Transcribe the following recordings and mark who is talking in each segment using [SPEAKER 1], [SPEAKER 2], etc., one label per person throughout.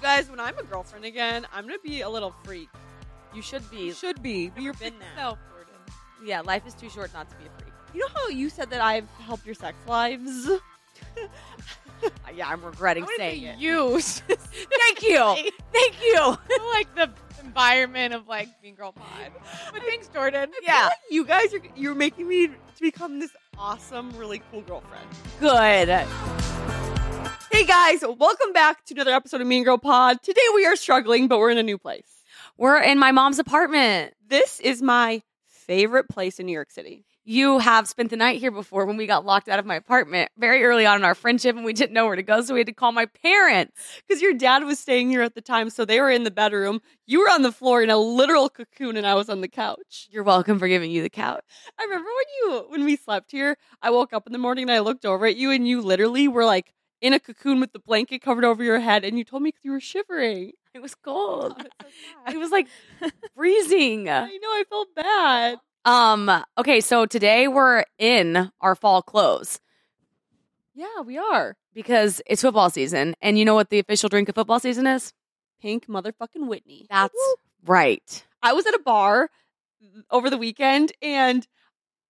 [SPEAKER 1] guys, when I'm a girlfriend again, I'm gonna be a little freak.
[SPEAKER 2] You should be.
[SPEAKER 1] You should be. Be
[SPEAKER 2] Never
[SPEAKER 1] your
[SPEAKER 2] been
[SPEAKER 1] freak
[SPEAKER 2] that.
[SPEAKER 1] self, Jordan.
[SPEAKER 2] Yeah, life is too short not to be a freak.
[SPEAKER 1] You know how you said that I've helped your sex lives?
[SPEAKER 3] Uh,
[SPEAKER 2] Yeah, I'm regretting
[SPEAKER 1] I wouldn't
[SPEAKER 2] saying
[SPEAKER 1] say
[SPEAKER 2] it.
[SPEAKER 3] You
[SPEAKER 2] Thank you. Thank you.
[SPEAKER 3] like the environment of like Mean Girl Pod. But thanks, Jordan.
[SPEAKER 2] Yeah.
[SPEAKER 1] you guys are you're making me to become this awesome, really cool girlfriend.
[SPEAKER 2] Good.
[SPEAKER 1] Hey guys, welcome back to another episode of Mean Girl Pod. Today we are struggling, but we're in a new place.
[SPEAKER 2] We're in my mom's apartment.
[SPEAKER 1] This is my favorite place in New York City.
[SPEAKER 2] You have spent the night here before when we got locked out of my apartment very early on in our friendship and we didn't know where to go, so we had to call my parents.
[SPEAKER 1] Because your dad was staying here at the time, so they were in the bedroom. You were on the floor in a literal cocoon and I was on the couch.
[SPEAKER 2] You're welcome for giving you the couch.
[SPEAKER 1] I remember when you when we slept here, I woke up in the morning and I looked over at you and you literally were like in a cocoon with the blanket covered over your head and you told me 'cause you were shivering.
[SPEAKER 2] It was cold. It
[SPEAKER 1] I
[SPEAKER 2] was like freezing.
[SPEAKER 1] I know I felt bad.
[SPEAKER 2] Um, okay, so today we're in our fall clothes
[SPEAKER 1] Yeah, we are.
[SPEAKER 2] because it's football season. And you know what the official drink of football season is?
[SPEAKER 1] Pink motherfucking Whitney.
[SPEAKER 2] That's right.
[SPEAKER 1] I was at a bar over the weekend and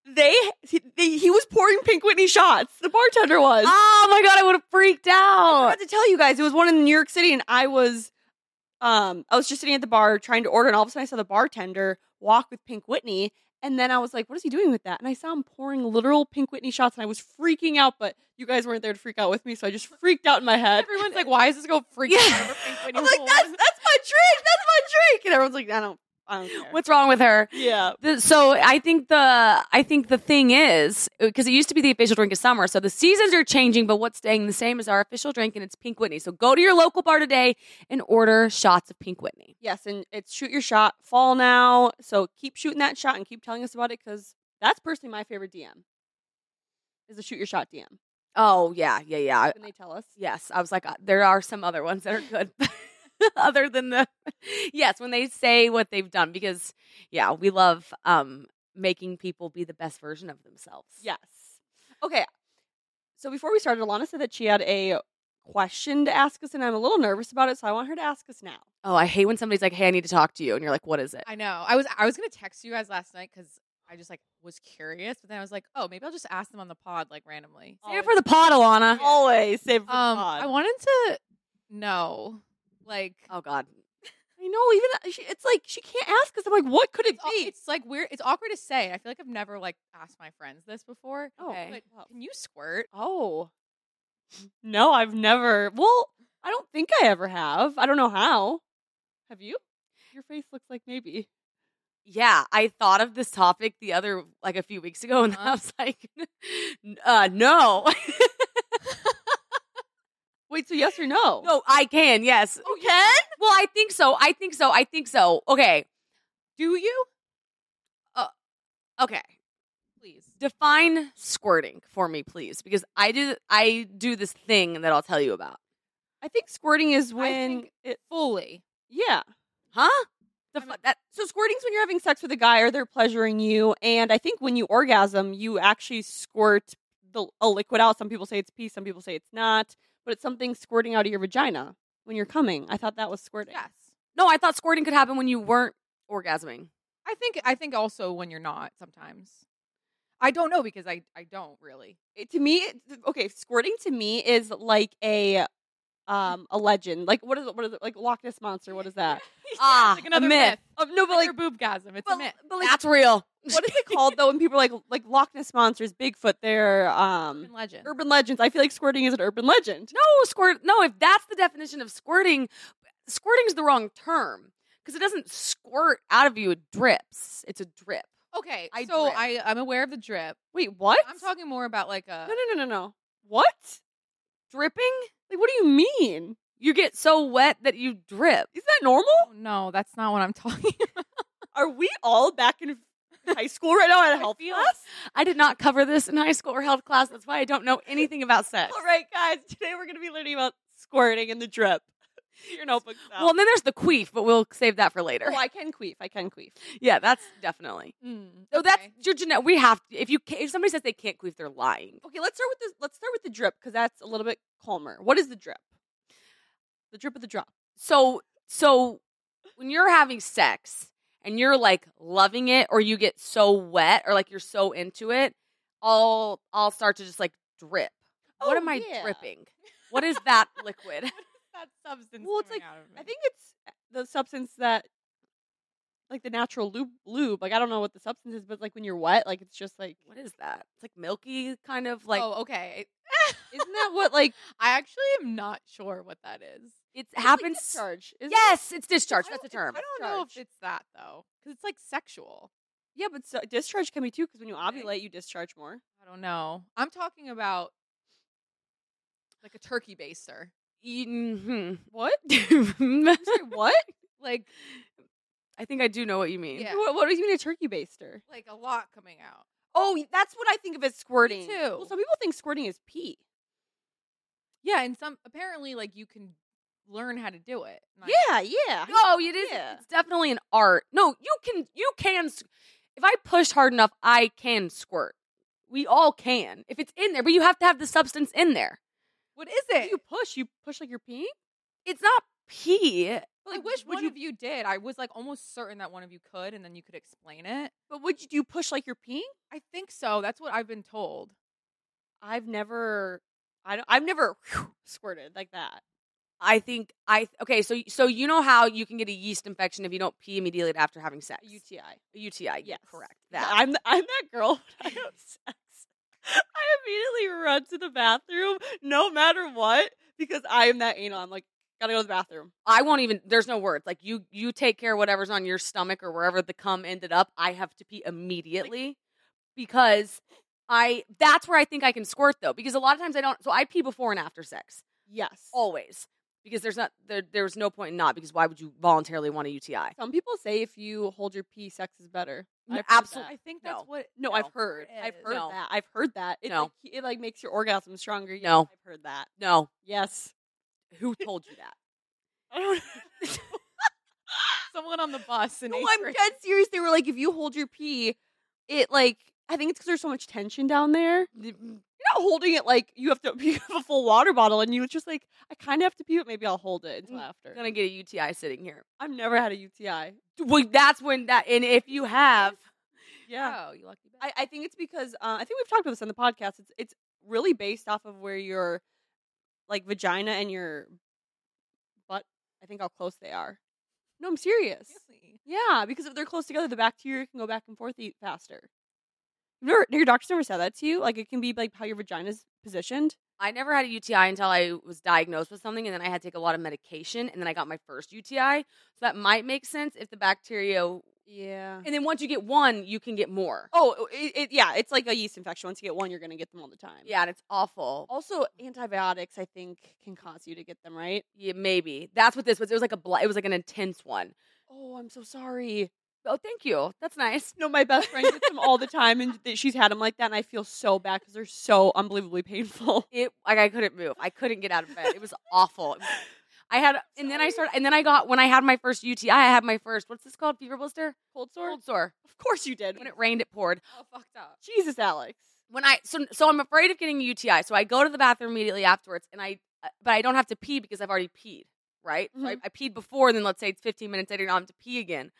[SPEAKER 1] they he, they, he was pouring Pink Whitney shots. The bartender was.
[SPEAKER 2] Oh my god, I would have freaked
[SPEAKER 3] Oh.
[SPEAKER 1] I
[SPEAKER 2] out.
[SPEAKER 1] forgot to tell you guys, it was one in New York City, and I was, um, I was just sitting at the bar trying to order, and all of a sudden I saw the bartender walk with Pink Whitney, and then I was like, "What is he doing with that?" And I saw him pouring literal Pink Whitney shots, and I was freaking out. But you guys weren't there to freak out with me, so I just freaked out in my head.
[SPEAKER 3] Everyone's like, why is this girl freaking
[SPEAKER 2] Yeah.
[SPEAKER 3] out over Pink Whitney
[SPEAKER 1] I'm like,
[SPEAKER 3] Holes?
[SPEAKER 1] "That's that's my drink, that's my drink," and everyone's like, "I don't, I don't care."
[SPEAKER 2] What's wrong with her?
[SPEAKER 1] Yeah,
[SPEAKER 2] The- So I think the I think the thing is because it used to be the official drink of summer. So the seasons are changing, but what's staying the same is our official drink, and it's Pink Whitney. So go to your local bar today and order shots of Pink Whitney.
[SPEAKER 1] yes, and it's shoot your shot, fall now. So keep shooting that shot and keep telling us about it because that's personally my favorite DM. Is the shoot your shot DM?
[SPEAKER 2] Oh yeah, yeah, yeah.
[SPEAKER 1] Can they tell us?
[SPEAKER 2] Yes, I was like, uh, there are some other ones that are good, other than the yes when they say what they've done because yeah, we love um making people be the best version of themselves.
[SPEAKER 1] Yes. Okay. So before we started, Alana said that she had a question to ask us, and I'm a little nervous about it, so I want her to ask us now.
[SPEAKER 2] Oh, I hate when somebody's like, "Hey, I need to talk to you," and you're like, "What is it?"
[SPEAKER 3] I know. I was I was gonna text you guys last night because I just like was curious, but then I was like, oh, maybe I'll just ask them on the pod like randomly.
[SPEAKER 2] Save it for the pod, Alana.
[SPEAKER 1] Always save for the
[SPEAKER 3] Uh, Um,
[SPEAKER 1] pod.
[SPEAKER 3] I wanted to know, like,
[SPEAKER 2] Oh God,
[SPEAKER 1] I know. Even uh, she, it's like she can't ask us. I'm like, what could it
[SPEAKER 3] it's, au-
[SPEAKER 1] be?
[SPEAKER 3] it's like weird. It's awkward to say. I feel like I've never like asked my friends this before.
[SPEAKER 2] Oh,
[SPEAKER 3] but can you squirt?
[SPEAKER 1] oh. No, I've never. Well, I don't think I ever have. I don't know how. Have you? Your face looks like maybe.
[SPEAKER 2] yeah. I thought of this topic the other like a few weeks ago, and I
[SPEAKER 3] Uh-huh.
[SPEAKER 2] was like, n- uh, "No,
[SPEAKER 1] Wait, so yes or no? Oh,
[SPEAKER 2] no, I can." Yes.
[SPEAKER 1] You can?
[SPEAKER 2] Well, I think so. I think so. I think so. Okay. Uh,
[SPEAKER 3] Do you?
[SPEAKER 2] Okay.
[SPEAKER 3] Please.
[SPEAKER 2] Define squirting for me, please, because I do. I do this thing that I'll tell you about.
[SPEAKER 1] I think squirting is when
[SPEAKER 3] think-
[SPEAKER 1] it.
[SPEAKER 3] Fully.
[SPEAKER 1] Yeah.
[SPEAKER 2] Huh? The
[SPEAKER 3] I'm-
[SPEAKER 2] fu- that
[SPEAKER 1] So squirting's when you're having sex with a guy or they're pleasuring you, and I think when you orgasm, you actually squirt the a liquid out. Some people say it's pee, some people say it's not, but it's something squirting out of your vagina when you're coming. I thought that was squirting.
[SPEAKER 3] Yes.
[SPEAKER 2] no. I thought squirting could happen when you weren't orgasming.
[SPEAKER 3] I think I think also when you're not sometimes. I don't know because I I don't really.
[SPEAKER 1] It- to me, it, okay, squirting to me is like a um a legend. Like what is it? What is it? Like Loch Ness monster? What is that?
[SPEAKER 2] Ah,
[SPEAKER 3] It's like another
[SPEAKER 2] a myth.
[SPEAKER 1] Um, no, but
[SPEAKER 3] Like,
[SPEAKER 1] like,
[SPEAKER 3] your boobgasm. It's a
[SPEAKER 1] but,
[SPEAKER 3] myth.
[SPEAKER 1] but like,
[SPEAKER 2] That's real.
[SPEAKER 1] what is it called though? When people are like like Loch Ness monsters, Bigfoot, they're um
[SPEAKER 3] Urban legend.
[SPEAKER 1] urban legends. I feel like squirting is an urban legend.
[SPEAKER 2] No, squirt. No, if that's the definition of squirting, squirting's the wrong term because it doesn't squirt out of you. It drips. It's a drip.
[SPEAKER 3] Okay,
[SPEAKER 2] I
[SPEAKER 3] so
[SPEAKER 2] drip.
[SPEAKER 3] I I'm aware of the drip.
[SPEAKER 1] Wait, what?
[SPEAKER 3] I'm talking more about like a
[SPEAKER 1] No, no, no, no, no. What?
[SPEAKER 2] Dripping?
[SPEAKER 1] Like, what do you mean?
[SPEAKER 2] You get so wet that you drip.
[SPEAKER 1] Is that normal?
[SPEAKER 3] Oh, no, that's not what I'm talking.
[SPEAKER 1] Are we all back in high school right now at
[SPEAKER 2] I
[SPEAKER 1] health
[SPEAKER 2] feel-
[SPEAKER 1] class?
[SPEAKER 2] I did not cover this in high school or health class. That's why I don't know anything about sex.
[SPEAKER 1] All right, guys. Today we're going to be learning about squirting and the drip. Your notebook. out.
[SPEAKER 2] Well, and then there's the queef, but we'll save that for later.
[SPEAKER 1] oh, I can queef. I can queef.
[SPEAKER 2] Yeah, that's definitely.
[SPEAKER 3] Mm,
[SPEAKER 2] So that's
[SPEAKER 3] okay.
[SPEAKER 2] your genetic. We have to, if you ca if somebody says they can't queef, they're lying.
[SPEAKER 1] Okay, let's start with this. Let's start with the drip because that's a little bit calmer. What is the drip? The drip of the drop.
[SPEAKER 2] so so when you're having sex and you're like loving it or you get so wet or like you're so into it, I'll I'll start to just like drip. what
[SPEAKER 1] Oh,
[SPEAKER 2] am I
[SPEAKER 1] yeah.
[SPEAKER 2] dripping? What is that liquid?
[SPEAKER 3] that substance.
[SPEAKER 1] Well, it's
[SPEAKER 3] coming
[SPEAKER 1] like-
[SPEAKER 3] out of me.
[SPEAKER 1] I think it's eh, the substance that, like the natural lube. lube. Like I don't know what the substance is, but like when you're wet, like it's just like
[SPEAKER 2] What is that? It's like milky kind of like
[SPEAKER 3] oh, okay.
[SPEAKER 1] isn't that what like
[SPEAKER 3] I actually am not sure what that is.
[SPEAKER 2] it
[SPEAKER 1] it's like
[SPEAKER 2] happens.
[SPEAKER 1] discharge? Isn't it?
[SPEAKER 2] yes, it's discharge.
[SPEAKER 3] I
[SPEAKER 2] That's the
[SPEAKER 3] don't-
[SPEAKER 2] term.
[SPEAKER 3] I don't know if
[SPEAKER 1] Discharge.
[SPEAKER 3] it's that though, because it's like sexual.
[SPEAKER 1] Yeah, but so, discharge can be too because when you
[SPEAKER 3] Okay.
[SPEAKER 1] ovulate, you discharge more.
[SPEAKER 3] I don't know. I'm talking about like a turkey baster.
[SPEAKER 2] Mhm.
[SPEAKER 1] What?
[SPEAKER 2] what?
[SPEAKER 3] Like
[SPEAKER 2] I think I do know what you mean.
[SPEAKER 3] Yeah.
[SPEAKER 1] What, what do you mean a turkey baster?
[SPEAKER 3] like a lot coming out.
[SPEAKER 1] Oh, that's what I think of as squirting.
[SPEAKER 3] too.
[SPEAKER 1] Well, some people think squirting is pee.
[SPEAKER 3] Yeah, and some apparently like you can learn how to do it. And I-
[SPEAKER 1] Yeah, yeah.
[SPEAKER 2] No, it is.
[SPEAKER 1] Yeah.
[SPEAKER 2] It's definitely an art. No, you can. You can. s- If I push hard enough, I can squirt. We all can if it's in there, but you have to have the substance in there.
[SPEAKER 3] What is
[SPEAKER 1] What do
[SPEAKER 3] it?
[SPEAKER 1] You push. You push like you're peeing.
[SPEAKER 2] It's not pee.
[SPEAKER 3] I
[SPEAKER 1] Like,
[SPEAKER 3] wish
[SPEAKER 1] would
[SPEAKER 3] one
[SPEAKER 1] you-
[SPEAKER 3] of you did. I was like almost certain that one of you could, and then you could explain it.
[SPEAKER 1] But would you do you push like you're peeing?
[SPEAKER 3] I think so. That's what I've been told.
[SPEAKER 1] I've never, I don't, I've never whew, squirted like that.
[SPEAKER 2] I think I okay. So so you know how you can get a yeast infection if you don't pee immediately after having sex.
[SPEAKER 1] A UTI.
[SPEAKER 2] A UTI.
[SPEAKER 1] Yes,
[SPEAKER 2] correct.
[SPEAKER 1] Yeah,
[SPEAKER 2] That.
[SPEAKER 1] I'm I'm that girl. When I have sex, I immediately run to the bathroom, no matter what, because I am that anal. I'm like, gotta go to the bathroom.
[SPEAKER 2] I won't even. There's no words. Like you, you take care of whatever's on your stomach or wherever the cum ended up. I have to pee immediately because I. That's where I think I can squirt though, because a lot of times I don't. So I pee before and after sex
[SPEAKER 1] Yes.
[SPEAKER 2] always because there's not there. There's no point in not because why would you voluntarily want a UTI?
[SPEAKER 1] Some people say if you hold your pee, sex is better.
[SPEAKER 2] No,
[SPEAKER 1] I've heard
[SPEAKER 2] absolute-
[SPEAKER 1] that.
[SPEAKER 3] Uh, I think that's
[SPEAKER 2] No.
[SPEAKER 3] what.
[SPEAKER 1] No, Eh,
[SPEAKER 2] No.
[SPEAKER 1] I've heard. I've
[SPEAKER 3] It is.
[SPEAKER 1] heard
[SPEAKER 2] No.
[SPEAKER 1] that. I've heard that. It,
[SPEAKER 2] No.
[SPEAKER 1] like, it like makes your orgasm stronger. Yes,
[SPEAKER 2] No.
[SPEAKER 1] I've heard that.
[SPEAKER 2] No,
[SPEAKER 1] Yes.
[SPEAKER 2] who told you that?
[SPEAKER 1] I don't
[SPEAKER 3] Someone on the bus in
[SPEAKER 1] No,
[SPEAKER 3] eighth
[SPEAKER 1] Oh, I'm
[SPEAKER 3] grade.
[SPEAKER 1] dead serious. They were like, if you hold your pee, it like I think it's because there's so much tension down there. You're not holding it like you have to you have a full water bottle, and you just like I kind of have to pee, but maybe I'll hold it until
[SPEAKER 2] Mm.
[SPEAKER 1] after.
[SPEAKER 2] gonna get a UTI sitting here.
[SPEAKER 1] I've never had a UTI.
[SPEAKER 2] Well, that's when that. And if you have,
[SPEAKER 1] Yeah,
[SPEAKER 3] Oh, you lucky.
[SPEAKER 1] I, I think it's because uh, I think we've talked about this on the podcast. It's it's really based off of where your like vagina and your butt. I think how close they are. No, I'm serious.
[SPEAKER 3] Really?
[SPEAKER 1] Yeah, because if they're close together, the bacteria can go back and forth eat faster. You've Never, your doctor's never said that to you. Like it can be like how your vagina's positioned.
[SPEAKER 2] I never had a UTI until I was diagnosed with something, and then I had to take a lot of medication, and then I got my first UTI. So that might make sense if the bacteria. And
[SPEAKER 1] Yeah.
[SPEAKER 2] then once you get one, you can get more.
[SPEAKER 1] Mm. Oh, it, it, yeah. It's like a yeast infection. Once you get one, you're gonna get them all the time.
[SPEAKER 2] Yeah, and it's awful.
[SPEAKER 1] Also, antibiotics I think can cause you to get them. Right.
[SPEAKER 2] Yeah, maybe that's what this was. It was like a bl- it was like an intense one.
[SPEAKER 1] Oh, I'm so sorry.
[SPEAKER 2] Oh, thank you. That's nice.
[SPEAKER 1] No, my best friend gets them all the time, and th- she's had them like that, and I feel so bad because they're so unbelievably painful.
[SPEAKER 2] It like I couldn't move. I couldn't get out of bed. It was awful. It was- I had and then I started and then I got when I had my first UTI. I had my first what's this called? Fever blister?
[SPEAKER 1] Cold sore.
[SPEAKER 2] Cold sore.
[SPEAKER 1] Of course you did.
[SPEAKER 2] When it rained, it poured.
[SPEAKER 3] Oh, fucked up.
[SPEAKER 1] Jesus, Alex.
[SPEAKER 2] when I so so I'm afraid of getting a UTI. So I go to the bathroom immediately afterwards, and I uh, but I don't have to pee because I've already peed, right? So I,
[SPEAKER 1] Mhm.
[SPEAKER 2] I peed before, and then let's say it's 15 minutes later, now I have to pee again.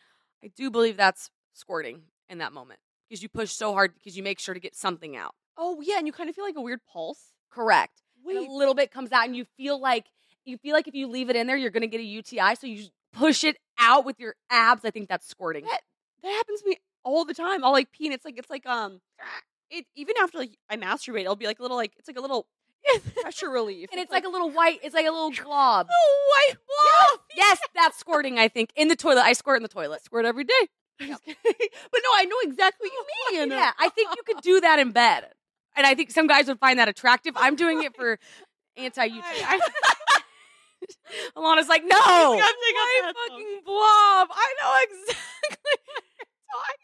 [SPEAKER 2] I do believe that's squirting in that moment because you push so hard because you make sure to get something out.
[SPEAKER 1] Oh yeah, and you kind of feel like a weird pulse.
[SPEAKER 2] Correct. And
[SPEAKER 1] Wait,
[SPEAKER 2] a little bit comes out, and you feel like you feel like if you leave it in there, you're gonna get a UTI. So you push it out with your abs. I think that's squirting.
[SPEAKER 1] That- that happens to me all the time. I'll like pee and it's like it's like um it even after like I masturbate, it'll be like a little like it's like a little pressure relief.
[SPEAKER 2] and it's like, a little white. It's like a little glob.
[SPEAKER 1] white blob
[SPEAKER 2] yes, that's squirting. I think in the toilet. I squirt in the toilet.
[SPEAKER 1] squirt every day. I'm just kidding. but no, I know exactly what you mean.
[SPEAKER 2] Yeah, I think you could do that in bed. And I think some guys would find that attractive. I'm doing it for anti UTI. Alana's like,
[SPEAKER 1] Oh,
[SPEAKER 2] no.
[SPEAKER 1] I'm taking off
[SPEAKER 3] I
[SPEAKER 1] my headphones.
[SPEAKER 3] fucking blob. I know exactly.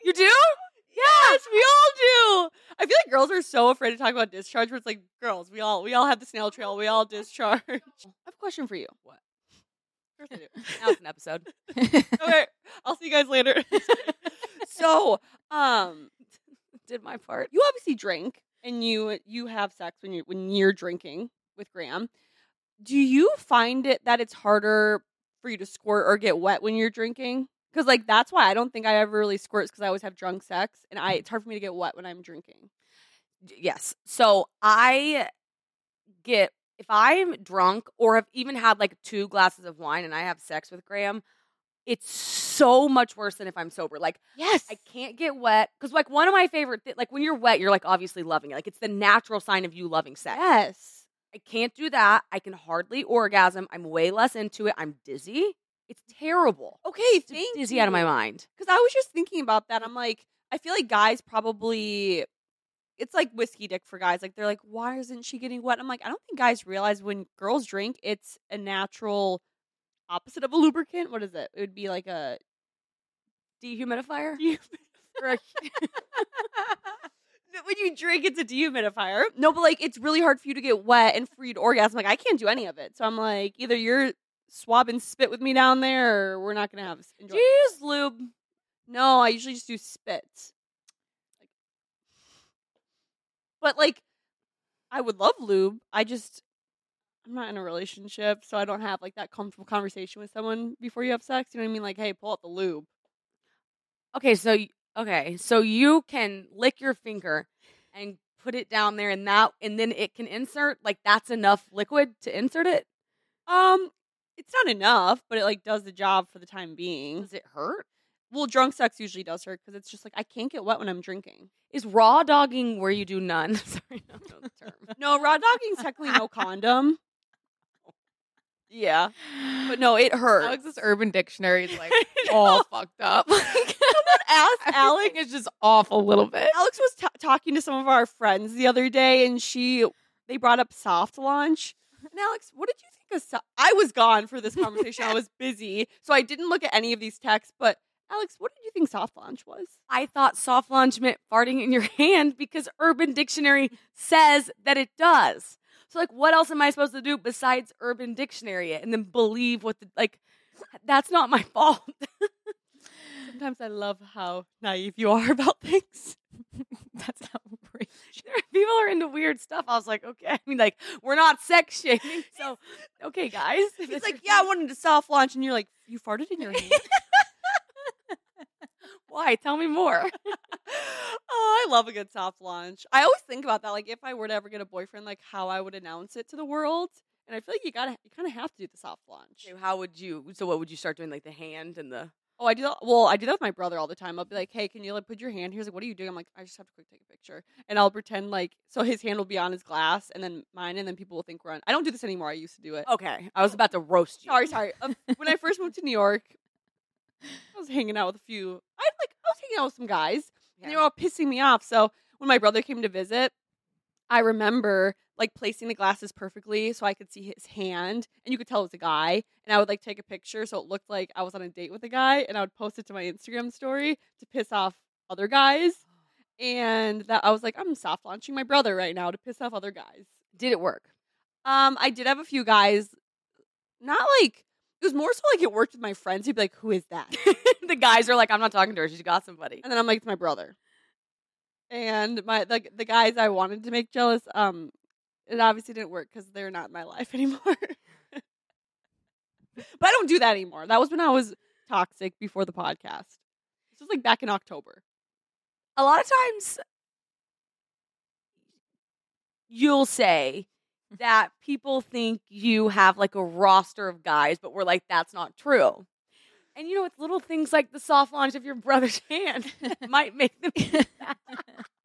[SPEAKER 2] You do?
[SPEAKER 1] Yes, we all do. I feel like girls are so afraid to talk about discharge, but it's like girls, we all we all have the snail trail, we all discharge. I have a question for you.
[SPEAKER 2] What?
[SPEAKER 1] Of course I do.
[SPEAKER 2] That was an episode.
[SPEAKER 1] okay. I'll see you guys later. so, um,
[SPEAKER 2] Did my part.
[SPEAKER 1] you obviously drink and you you have sex when you when you're drinking with Graham. Do you find it that it's harder for you to squirt or get wet when you're drinking. Because like that's why I don't think I ever really squirt because I always have drunk sex and
[SPEAKER 2] Mm-hmm.
[SPEAKER 1] I it's hard for me to get wet when I'm drinking.
[SPEAKER 2] yes. So I get if I'm drunk or have even had like two glasses of wine and I have sex with Graham, it's so much worse than if I'm sober. Like
[SPEAKER 1] Yes,
[SPEAKER 2] I can't get wet because like one of my favorite thi- like when you're wet, you're like obviously loving it. Like it's the natural sign of you loving sex.
[SPEAKER 1] yes.
[SPEAKER 2] I can't do that. I can hardly orgasm. I'm way less into it. I'm dizzy. It's terrible.
[SPEAKER 1] Okay,
[SPEAKER 2] It's
[SPEAKER 1] thank
[SPEAKER 2] dizzy out of my mind.
[SPEAKER 1] Because I was just thinking about that. I'm like, I feel like guys probably. It's like whiskey dick for guys. Like they're like, why isn't she getting wet? I'm like, I don't think guys realize when girls drink, it's a natural opposite of a lubricant. What is it? It would be like a
[SPEAKER 2] Dehumidifier.
[SPEAKER 1] when you drink, it's a dehumidifier. No, but like it's really hard for you to get wet and for you to orgasm. Like I can't do any of it. So I'm like, either you're swabbing spit with me down there, or we're not gonna have.
[SPEAKER 2] Do
[SPEAKER 1] Enjoy.
[SPEAKER 2] you use lube?
[SPEAKER 1] No, I usually just do spit. But like, I would love lube. I just I'm not in a relationship, so I don't have like that comfortable conversation with someone before you have sex. You know what I mean? Like, hey, pull out the lube.
[SPEAKER 2] Okay, so y- okay, so you can lick your finger and put it down there, and that, and then it can insert. Like that's enough liquid to insert it.
[SPEAKER 1] Um, it's not enough, but it like does the job for the time being.
[SPEAKER 2] Does it hurt?
[SPEAKER 1] Well, drunk sex usually does hurt because it's just like I can't get wet when I'm drinking.
[SPEAKER 2] Is raw dogging where you do none? Sorry, I don't know the term.
[SPEAKER 1] No, raw dogging's technically no condom. Yeah, but no, it hurts.
[SPEAKER 3] Alex's Urban Dictionary is like
[SPEAKER 1] I know.
[SPEAKER 3] all fucked up. Like,
[SPEAKER 1] Ask
[SPEAKER 3] Alex is just off a little bit.
[SPEAKER 1] Alex was t- talking to some of our friends the other day, and she they brought up soft launch. And Alex, what did you think of? So- I was gone for this conversation. I was busy, so I didn't look at any of these texts. But Alex, what did you think soft launch was?
[SPEAKER 2] I thought soft launch meant farting in your hand because Urban Dictionary says that it does. So like, what else am I supposed to do besides Urban Dictionary it and then believe what the like? That's not my fault.
[SPEAKER 1] Sometimes I love how naive you are about things.
[SPEAKER 3] That's outrageous.
[SPEAKER 2] People are into weird stuff. I was like, okay. I mean, like, we're not sex shaming, so okay, guys.
[SPEAKER 1] He's like, yeah, I wanted to soft launch, and you're like, you farted in your hand.
[SPEAKER 2] why? Tell me more.
[SPEAKER 1] oh, I love a good soft launch. I always think about that. Like, if I were to ever get a boyfriend, like how I would announce it to the world. And I feel like you gotta, you kind of have to do the soft launch.
[SPEAKER 2] how would you? So, what would you start doing? Like the hand and the.
[SPEAKER 1] Oh, I do that. Well, I do that with my brother all the time. I'll be like, "Hey, can you like put your hand here?" He's like, "What are you doing?" I'm like, "I just have to quick take a picture," and I'll pretend like so his hand will be on his glass and then mine, and then people will think we're on. I don't do this anymore. I used to do it.
[SPEAKER 2] Okay, I was about to roast you.
[SPEAKER 1] Sorry, sorry. Um, when I first moved to New York, I was hanging out with a few. I like I was hanging out with some guys, and they
[SPEAKER 2] Yeah.
[SPEAKER 1] were all pissing me off. So when my brother came to visit, I remember like placing the glasses perfectly so I could see his hand, and you could tell it was a guy. And I would like take a picture so it looked like I was on a date with a guy, and I would post it to my Instagram story to piss off other guys. And that I was like, I'm soft launching my brother right now to piss off other guys.
[SPEAKER 2] Did it work?
[SPEAKER 1] Um, I did have a few guys. Not like it was more so like it worked with my friends. He'd be like, "Who is that?"
[SPEAKER 2] the guys are like, I'm not talking to her. She's got somebody.
[SPEAKER 1] and then I'm like, "It's my brother." And my the the guys I wanted to make jealous, um, it obviously didn't work because they're not in my life anymore. but I don't do that anymore. That was when I was toxic before the podcast. This was like back in October.
[SPEAKER 2] A lot of times, you'll say that people think you have like a roster of guys, but we're like, that's not true. And you know, it's little things like the soft launch of your brother's hand might make them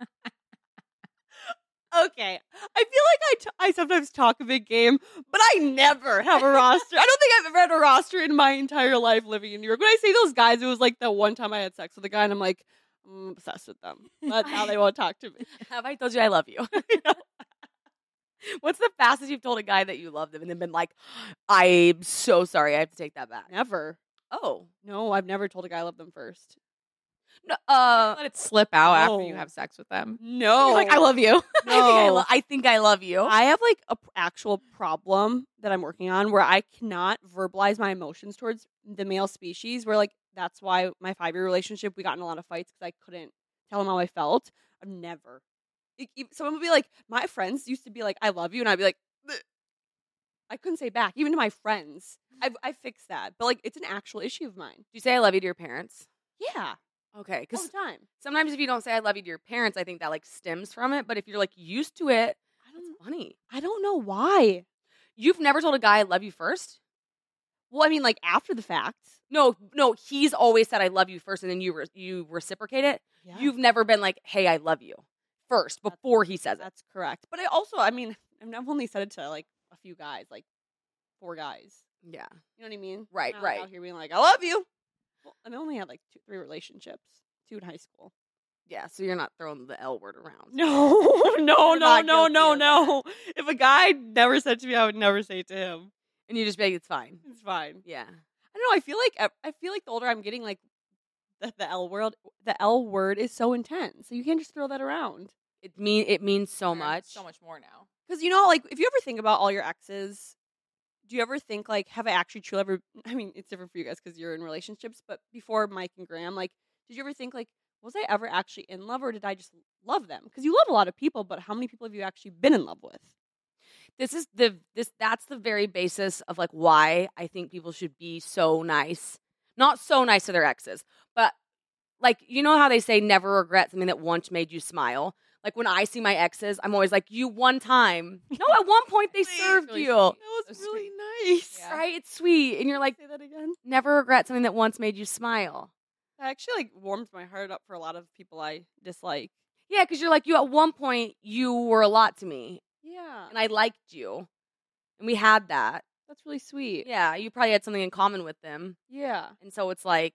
[SPEAKER 1] Okay, I feel like I, t- I sometimes talk a big game, but I never have a roster. I don't think I've ever had a roster in my entire life living in New York. When I say those guys, it was like the one time I had sex with a guy, and I'm like, I'm obsessed with them. That's how they won't talk to me.
[SPEAKER 2] Have I told you I love you? What's the fastest you've told a guy that you love them and then been like, I'm so sorry, I have to take that back?
[SPEAKER 1] Never.
[SPEAKER 2] Oh,
[SPEAKER 1] No, I've never told a guy I love them first.
[SPEAKER 2] no, uh,
[SPEAKER 3] Let it slip out after you
[SPEAKER 1] No.
[SPEAKER 3] have sex with them.
[SPEAKER 1] No,
[SPEAKER 3] You're like, I love you.
[SPEAKER 2] I, think I,
[SPEAKER 1] No.
[SPEAKER 2] lo- I think I love you.
[SPEAKER 1] I have like a p- actual problem that I'm working on where I cannot verbalize my emotions towards the male species. Where like that's why my five year relationship we got in a lot of fights because I couldn't tell him how I felt. I've never. Like, e- Someone would be like, my friends used to be like, "I love you," and I'd be like, "Bleh." I couldn't say back, even to my friends. I've I fixed that, but like it's an actual issue of mine.
[SPEAKER 2] Do you say I love you to your parents?
[SPEAKER 1] Yeah,
[SPEAKER 2] Okay,
[SPEAKER 1] all the
[SPEAKER 2] because
[SPEAKER 1] time.
[SPEAKER 2] sometimes if you don't say I love you to your parents, I think that like stems from it. But if you're like used to it,
[SPEAKER 1] I don't
[SPEAKER 2] funny.
[SPEAKER 1] I don't know why.
[SPEAKER 2] You've never told a guy I love you first?
[SPEAKER 1] Well, I mean, like after the fact,
[SPEAKER 2] No, no. He's always said I love you first, and then you re- you reciprocate it.
[SPEAKER 1] yeah,
[SPEAKER 2] You've never been like, hey, I love you first before he says it.
[SPEAKER 1] that's correct. But I also, I mean, I mean, I've only said it to like a few guys, like four guys.
[SPEAKER 2] Yeah.
[SPEAKER 1] You know what I mean?
[SPEAKER 2] Right,
[SPEAKER 1] Not, like,
[SPEAKER 2] right.
[SPEAKER 1] Out here being like, I love you. Well, I only had like two, three relationships, two in high school.
[SPEAKER 2] Yeah. So you're not throwing the L word around.
[SPEAKER 1] No, no,
[SPEAKER 2] You're
[SPEAKER 1] no,
[SPEAKER 2] not
[SPEAKER 1] no,
[SPEAKER 2] guilty
[SPEAKER 1] no,
[SPEAKER 2] of
[SPEAKER 1] no. If a guy never said to me, I would never say it to him.
[SPEAKER 2] And you just be like, it's fine.
[SPEAKER 1] It's fine.
[SPEAKER 2] Yeah.
[SPEAKER 1] I don't know. I feel like ev- I feel like the older I'm getting, like the, the L word, the L word is so intense. So you can't just throw that around.
[SPEAKER 2] It mean it means so
[SPEAKER 3] There is
[SPEAKER 2] much.
[SPEAKER 3] so much more now.
[SPEAKER 1] Because you know, like if you ever think about all your exes, do you ever think like, have I actually truly ever? I mean, it's different for you guys because you're in relationships, but before Mike and Graham, like, did you ever think like, was I ever actually in love, or did I just love them? Because you love a lot of people, but how many people have you actually been in love with?
[SPEAKER 2] This is the this that's the very basis of like why I think people should be so nice. Not so nice to their exes, but like you know how they say never regret something that once made you smile. Like when I see my exes, I'm always like, "You one time." No, at one point they
[SPEAKER 3] Please,
[SPEAKER 2] served
[SPEAKER 3] really
[SPEAKER 2] you.
[SPEAKER 3] sweet.
[SPEAKER 1] That was
[SPEAKER 3] That's
[SPEAKER 1] really nice.
[SPEAKER 3] Yeah.
[SPEAKER 2] Right? It's sweet, and you're like,
[SPEAKER 1] Say that again.
[SPEAKER 2] "Never regret something that once made you smile."
[SPEAKER 1] That actually like warmed my heart up for a lot of people I dislike.
[SPEAKER 2] Yeah, because you're like, you at one point you were a lot to me,
[SPEAKER 1] Yeah,
[SPEAKER 2] and I liked you, and we had that.
[SPEAKER 1] that's really sweet.
[SPEAKER 2] Yeah, you probably had something in common with them,
[SPEAKER 1] yeah.
[SPEAKER 2] and so it's like,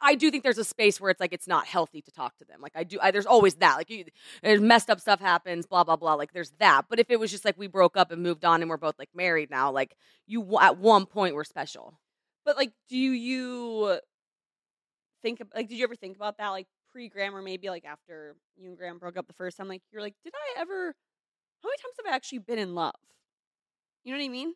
[SPEAKER 2] I do think there's a space where it's like it's not healthy to talk to them. Like I do, I, there's always that. Like you, there's messed up stuff happens, blah blah blah. Like there's that. But if it was just like we broke up and moved on, and we're both like married now, like you w- at one point were special.
[SPEAKER 1] But like, do you think ab- like did you ever think about that like pre Graham or maybe like after you and Graham broke up the first time? Like you're like, did I ever? How many times have I actually been in love? You know what I mean?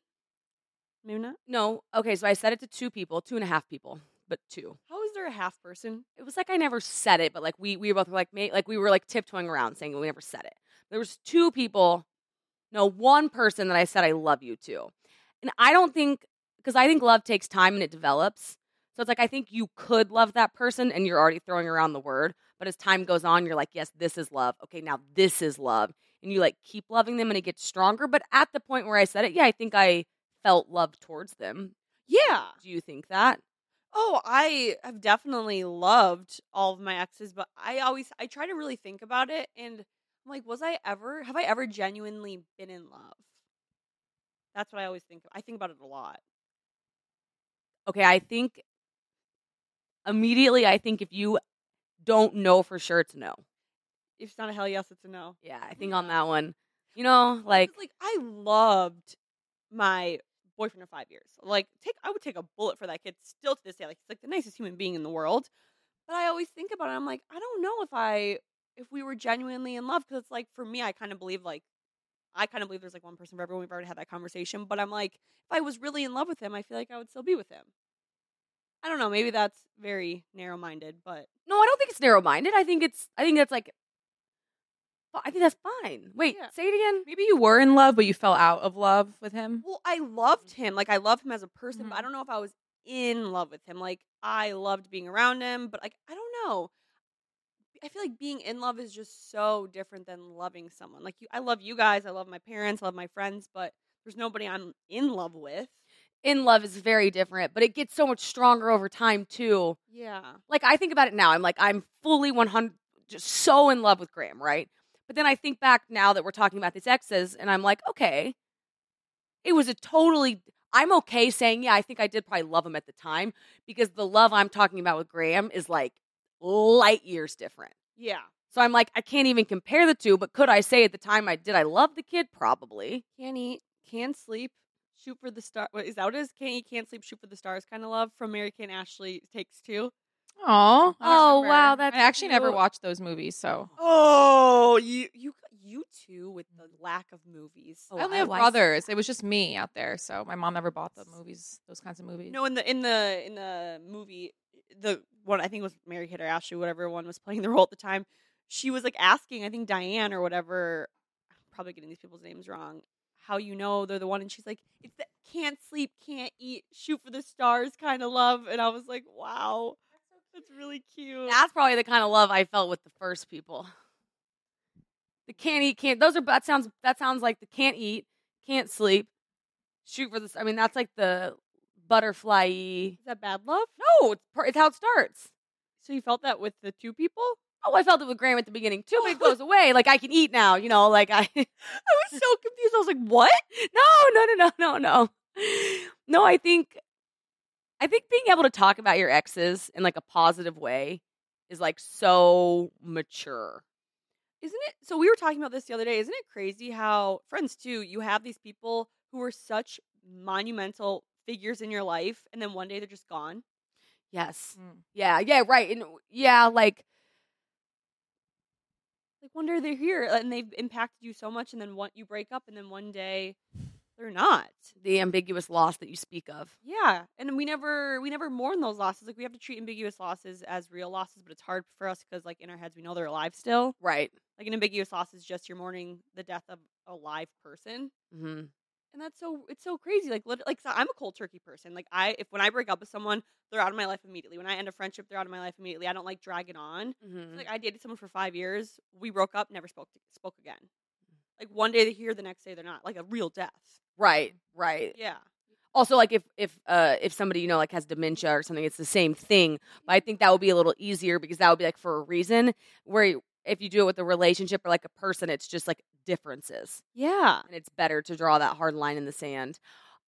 [SPEAKER 1] Maybe not.
[SPEAKER 2] No, okay. So I said it to two people, two and a half people, but two.
[SPEAKER 1] How is there a half person?
[SPEAKER 2] it was like I never said it, but like we we both were like ma- like we were like tiptoeing around saying we never said it. There was two people, no one person that I said I love you to, and I don't think because I think love takes time and it develops. So it's like I think you could love that person and you're already throwing around the word, but as time goes on, you're like, yes, this is love. Okay, now this is love, and you like keep loving them and it gets stronger. But at the point where I said it, yeah, I think I felt love towards them.
[SPEAKER 1] Yeah.
[SPEAKER 2] Do you think that?
[SPEAKER 1] Oh, I have definitely loved all of my exes, but I always I try to really think about it and I'm like, was I ever have I ever genuinely been in love? That's what I always think. I think about it a lot.
[SPEAKER 2] okay, I think immediately I think if you don't know for sure, it's no.
[SPEAKER 1] If it's not a hell yes, it's a no.
[SPEAKER 2] Yeah, I think on that one, you know, like
[SPEAKER 1] 'Cause, like I loved my boyfriend of five years. Like take I would take a bullet for that kid still to this day. Like he's like the nicest human being in the world. But I always think about it. I'm like I don't know if I if we were genuinely in love because it's like for me I kind of believe like I kind of believe there's like one person for everyone. We've already had that conversation. But I'm like if I was really in love with him, I feel like I would still be with him. I don't know. Maybe that's very narrow minded, but
[SPEAKER 2] no, I don't think it's narrow minded. I think it's I think that's like fi- I think that's fine. Wait,
[SPEAKER 1] Yeah.
[SPEAKER 2] say it again.
[SPEAKER 3] Maybe you were in love, but you fell out of love with him.
[SPEAKER 1] Well, I loved him. Like I love him as a person, but I
[SPEAKER 3] Mhm.
[SPEAKER 1] don't know if I was in love with him. Like I loved being around him, but like I don't know. I feel like being in love is just so different than loving someone. Like you, I love you guys. I love my parents. I love my friends, but there's nobody I'm in love with.
[SPEAKER 2] In love is very different, but it gets so much stronger over time too.
[SPEAKER 1] Yeah.
[SPEAKER 2] like I think about it now. I'm like I'm fully 100 just so in love with Graham, right? But then I think back now that we're talking about these exes and I'm like, okay. It was a totally I'm okay saying, yeah, I think I did probably love him at the time because the love I'm talking about with Graham is like light years different.
[SPEAKER 1] Yeah.
[SPEAKER 2] So I'm like, I can't even compare the two, but could I say at the time I did I love the kid? Probably.
[SPEAKER 1] Can't eat. Can't sleep. Shoot for the star. What is that? What it is? Can't eat. Can't sleep. Shoot for the stars. Kind of love from Mary Kate and Ashley takes two.
[SPEAKER 3] Oh,
[SPEAKER 2] Oh, wow, that's
[SPEAKER 3] I actually never
[SPEAKER 2] cute.
[SPEAKER 3] watched those movies, so
[SPEAKER 1] Oh, you you you two with the lack of movies.
[SPEAKER 2] Oh,
[SPEAKER 3] I only
[SPEAKER 2] I
[SPEAKER 3] have
[SPEAKER 2] was-
[SPEAKER 3] brothers. It was just me out there, so my mom never bought the movies, those kinds of movies.
[SPEAKER 1] No, in the in the in the movie, the one I think was Mary Kate or Ashley, whatever one was playing the role at the time. She was like asking, I think Diane or whatever. I'm probably getting these people's names wrong. how you know they're the one. And she's like, it's that can't sleep, can't eat, shoot for the stars kind of love. And I was like, wow, that's really cute.
[SPEAKER 2] That's probably the kind of love I felt with the first people. The can't eat, can't. Those are that sounds that sounds like the can't eat, can't sleep, shoot for this. I mean, that's like the butterfly.
[SPEAKER 1] Is that bad love?
[SPEAKER 2] No, it's per- it's how it starts.
[SPEAKER 1] So you felt that with the two people?
[SPEAKER 2] Oh, I felt it with Graham at the beginning too, but it goes away. Like I can eat now, you know. Like I,
[SPEAKER 1] I was so confused. I was like, what?
[SPEAKER 2] no, no, no, no, no, no, no. I think, I think being able to talk about your exes in like a positive way is like so mature.
[SPEAKER 1] Isn't it? So we were talking about this the other day. Isn't it crazy how friends too? You have these people who are such monumental figures in your life, and then one day they're just gone.
[SPEAKER 2] Yes.
[SPEAKER 3] Mm.
[SPEAKER 2] Yeah. Yeah. Right. And yeah, like
[SPEAKER 1] Like one day they're here, and they've impacted you so much, and then one you break up, and then one day they're not.
[SPEAKER 2] the ambiguous loss that you speak of.
[SPEAKER 1] Yeah, and we never we never mourn those losses. Like we have to treat ambiguous losses as real losses, but it's hard for us because like in our heads we know they're alive still.
[SPEAKER 2] Right.
[SPEAKER 1] Like an ambiguous loss is just you're mourning the death of a live person.
[SPEAKER 2] Mm-hmm.
[SPEAKER 1] and that's so it's so crazy like lit- like so i'm a cold turkey person like i if when i break up with someone they're out of my life immediately when i end a friendship they're out of my life immediately i don't like dragging on
[SPEAKER 2] Mm-hmm.
[SPEAKER 1] like i dated someone for five years we broke up never spoke spoke again like one day they're here the next day they're not like a real death
[SPEAKER 2] right. Right.
[SPEAKER 1] yeah
[SPEAKER 2] Also, like if if uh if somebody you know like has dementia or something, it's the same thing. But I think that would be a little easier because that would be like for a reason. Where you- if you do it with a relationship or like a person, it's just like differences.
[SPEAKER 1] yeah
[SPEAKER 2] and it's better to draw that hard line in the sand.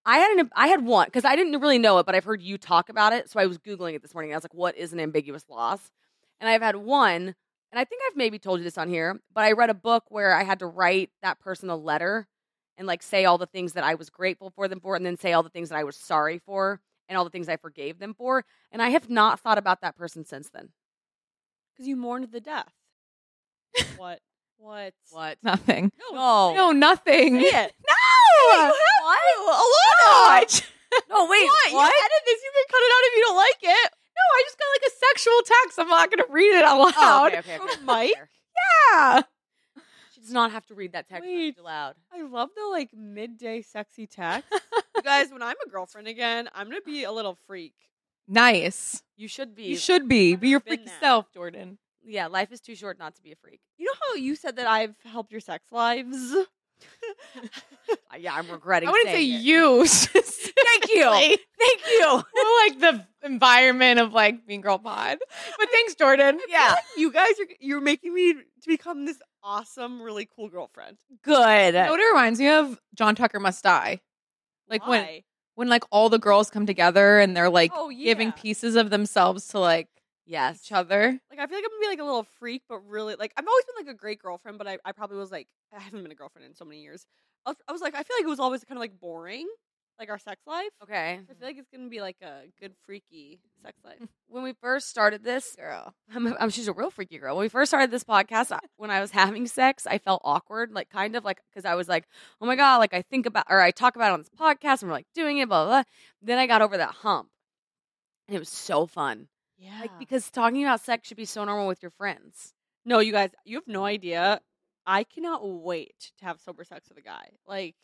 [SPEAKER 2] I had an I had one because I didn't really know it, but I've heard you talk about it. So I was googling it this morning. And I was like, "What is an ambiguous loss?" And I've had one, and I think I've maybe told you this on here, but I read a book where I had to write that person a letter and like say all the things that I was grateful for them for, and then say all the things that I was sorry for, and all the things I forgave them for. And I have not thought about that person since then.
[SPEAKER 1] because you mourned the death what what
[SPEAKER 2] What?
[SPEAKER 3] Nothing.
[SPEAKER 1] no,
[SPEAKER 2] No.
[SPEAKER 3] No, nothing.
[SPEAKER 1] say it.
[SPEAKER 3] No.
[SPEAKER 1] What?
[SPEAKER 3] What?
[SPEAKER 2] No, wait.
[SPEAKER 1] What? You edit this. You can cut it out if you don't like it.
[SPEAKER 3] No, I just got like a sexual text. I'm not gonna read it out loud.
[SPEAKER 2] Oh, okay, okay, okay.
[SPEAKER 1] From Mike?
[SPEAKER 3] Yeah.
[SPEAKER 2] She does not have to read that text
[SPEAKER 1] Wait.
[SPEAKER 2] message aloud.
[SPEAKER 1] I love the like midday sexy text. you guys, when I'm a girlfriend again, I'm gonna be a little freak.
[SPEAKER 3] Nice.
[SPEAKER 2] You should be.
[SPEAKER 3] You should be. Be your
[SPEAKER 1] Been
[SPEAKER 3] freaky
[SPEAKER 1] that.
[SPEAKER 3] self, Jordan.
[SPEAKER 2] Yeah, life is too short not to be a freak.
[SPEAKER 1] You know how you said that I've helped your sex lives?
[SPEAKER 2] Uh, yeah, I'm regretting.
[SPEAKER 3] I wouldn't say
[SPEAKER 2] saying it.
[SPEAKER 3] you.
[SPEAKER 2] Thank you. Thank you.
[SPEAKER 3] We're like the environment of like Mean Girl Pod. But thanks, Jordan.
[SPEAKER 2] Yeah,
[SPEAKER 1] you guys are you're making me to become this awesome, really cool girlfriend.
[SPEAKER 2] good.
[SPEAKER 3] You know what it reminds me of? John Tucker Must Die. Like when
[SPEAKER 1] Why?
[SPEAKER 3] when like all the girls come together and they're like
[SPEAKER 1] Oh, yeah.
[SPEAKER 3] giving pieces of themselves to like
[SPEAKER 2] yes.
[SPEAKER 3] each other.
[SPEAKER 1] like I feel like I'm gonna be like a little freak, but really like I've always been like a great girlfriend, but I, I probably was like I haven't been a girlfriend in so many years. I was, I was like I feel like it was always kind of like boring, like our sex life.
[SPEAKER 2] Okay.
[SPEAKER 1] I
[SPEAKER 3] Mm-hmm.
[SPEAKER 1] feel like it's gonna be like a good freaky sex life.
[SPEAKER 2] When we first started this,
[SPEAKER 3] Girl.
[SPEAKER 2] I'm, I'm, she's a real freaky girl. When we first started this podcast, I, when I was having sex, I felt awkward, like kind of like because I was like, oh my god, like I think about or I talk about it on this podcast, and we're like doing it, blah blah. blah. Then I got over that hump, and it was so fun.
[SPEAKER 1] Yeah.
[SPEAKER 2] Like because talking about sex should be so normal with your friends.
[SPEAKER 1] No, you guys, you have no idea. I cannot wait to have sober sex with a guy. Like,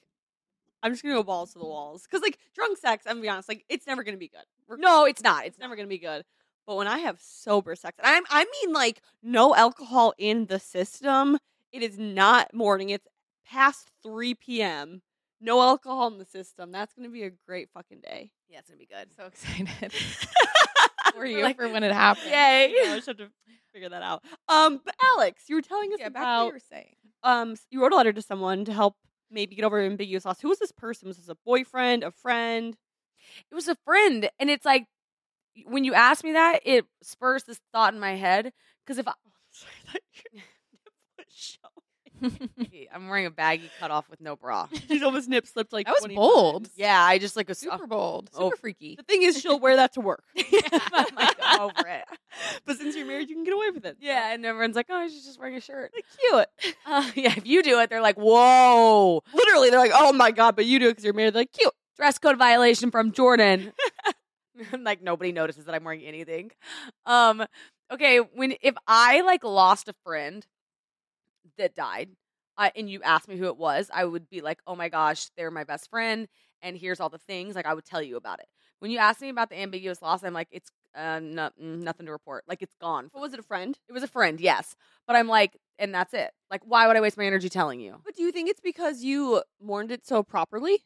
[SPEAKER 1] I'm just gonna go balls to the walls because, like, drunk sex. I'm gonna be honest, like, it's never gonna be good. We're-
[SPEAKER 2] No, it's not. It's
[SPEAKER 1] it's never gonna be good. But when I have sober sex, and I'm, I mean, like, no alcohol in the system. It is not morning. It's past 3 p.m. No alcohol in the system. That's gonna be a great fucking day.
[SPEAKER 2] Yeah, it's gonna be good.
[SPEAKER 3] So excited for
[SPEAKER 2] We're
[SPEAKER 3] you
[SPEAKER 2] like,
[SPEAKER 3] for when it happens.
[SPEAKER 1] Yay! I just have to figure that out. Um, but Alex, you were telling us
[SPEAKER 3] Yeah, back to what
[SPEAKER 1] about
[SPEAKER 3] you were saying.
[SPEAKER 1] um s- you wrote a letter to someone to help maybe get over ambiguous loss. Who was this person? Was this a boyfriend, a friend?
[SPEAKER 2] it was a friend and it's like when you ask me that it spurs this thought in my head because if I, i'm wearing a baggy cutoff with no bra
[SPEAKER 1] She's almost nip slipped like
[SPEAKER 3] That was
[SPEAKER 1] 20
[SPEAKER 3] bold.
[SPEAKER 1] times.
[SPEAKER 2] yeah i just like was
[SPEAKER 3] Super bold.
[SPEAKER 2] Oh.
[SPEAKER 3] Super freaky.
[SPEAKER 1] The thing is, she'll wear that to work.
[SPEAKER 2] I'm like, I'm over it
[SPEAKER 1] But since you're married, you can get away with it.
[SPEAKER 2] yeah and everyone's like oh she's just wearing a shirt
[SPEAKER 1] Like, cute.
[SPEAKER 2] uh, yeah if you do it they're like whoa
[SPEAKER 1] Literally, they're like, "Oh my god!" But you do it because you're married. They're like, "Cute."
[SPEAKER 2] dress code violation from Jordan. I'm like nobody notices that I'm wearing anything. Um okay, when if I like lost a friend that died, uh, and you asked me who it was, I would be like, oh my gosh, they're my best friend, and here's all the things. Like I would tell you about it. When you asked me about the ambiguous loss, I'm like, it's uh, no, mm, nothing to report. Like it's gone.
[SPEAKER 1] But was it a friend?
[SPEAKER 2] It was a friend, yes, but I'm like, and that's it. Like why would I waste my energy telling you?
[SPEAKER 1] But do you think it's because you mourned it so properly?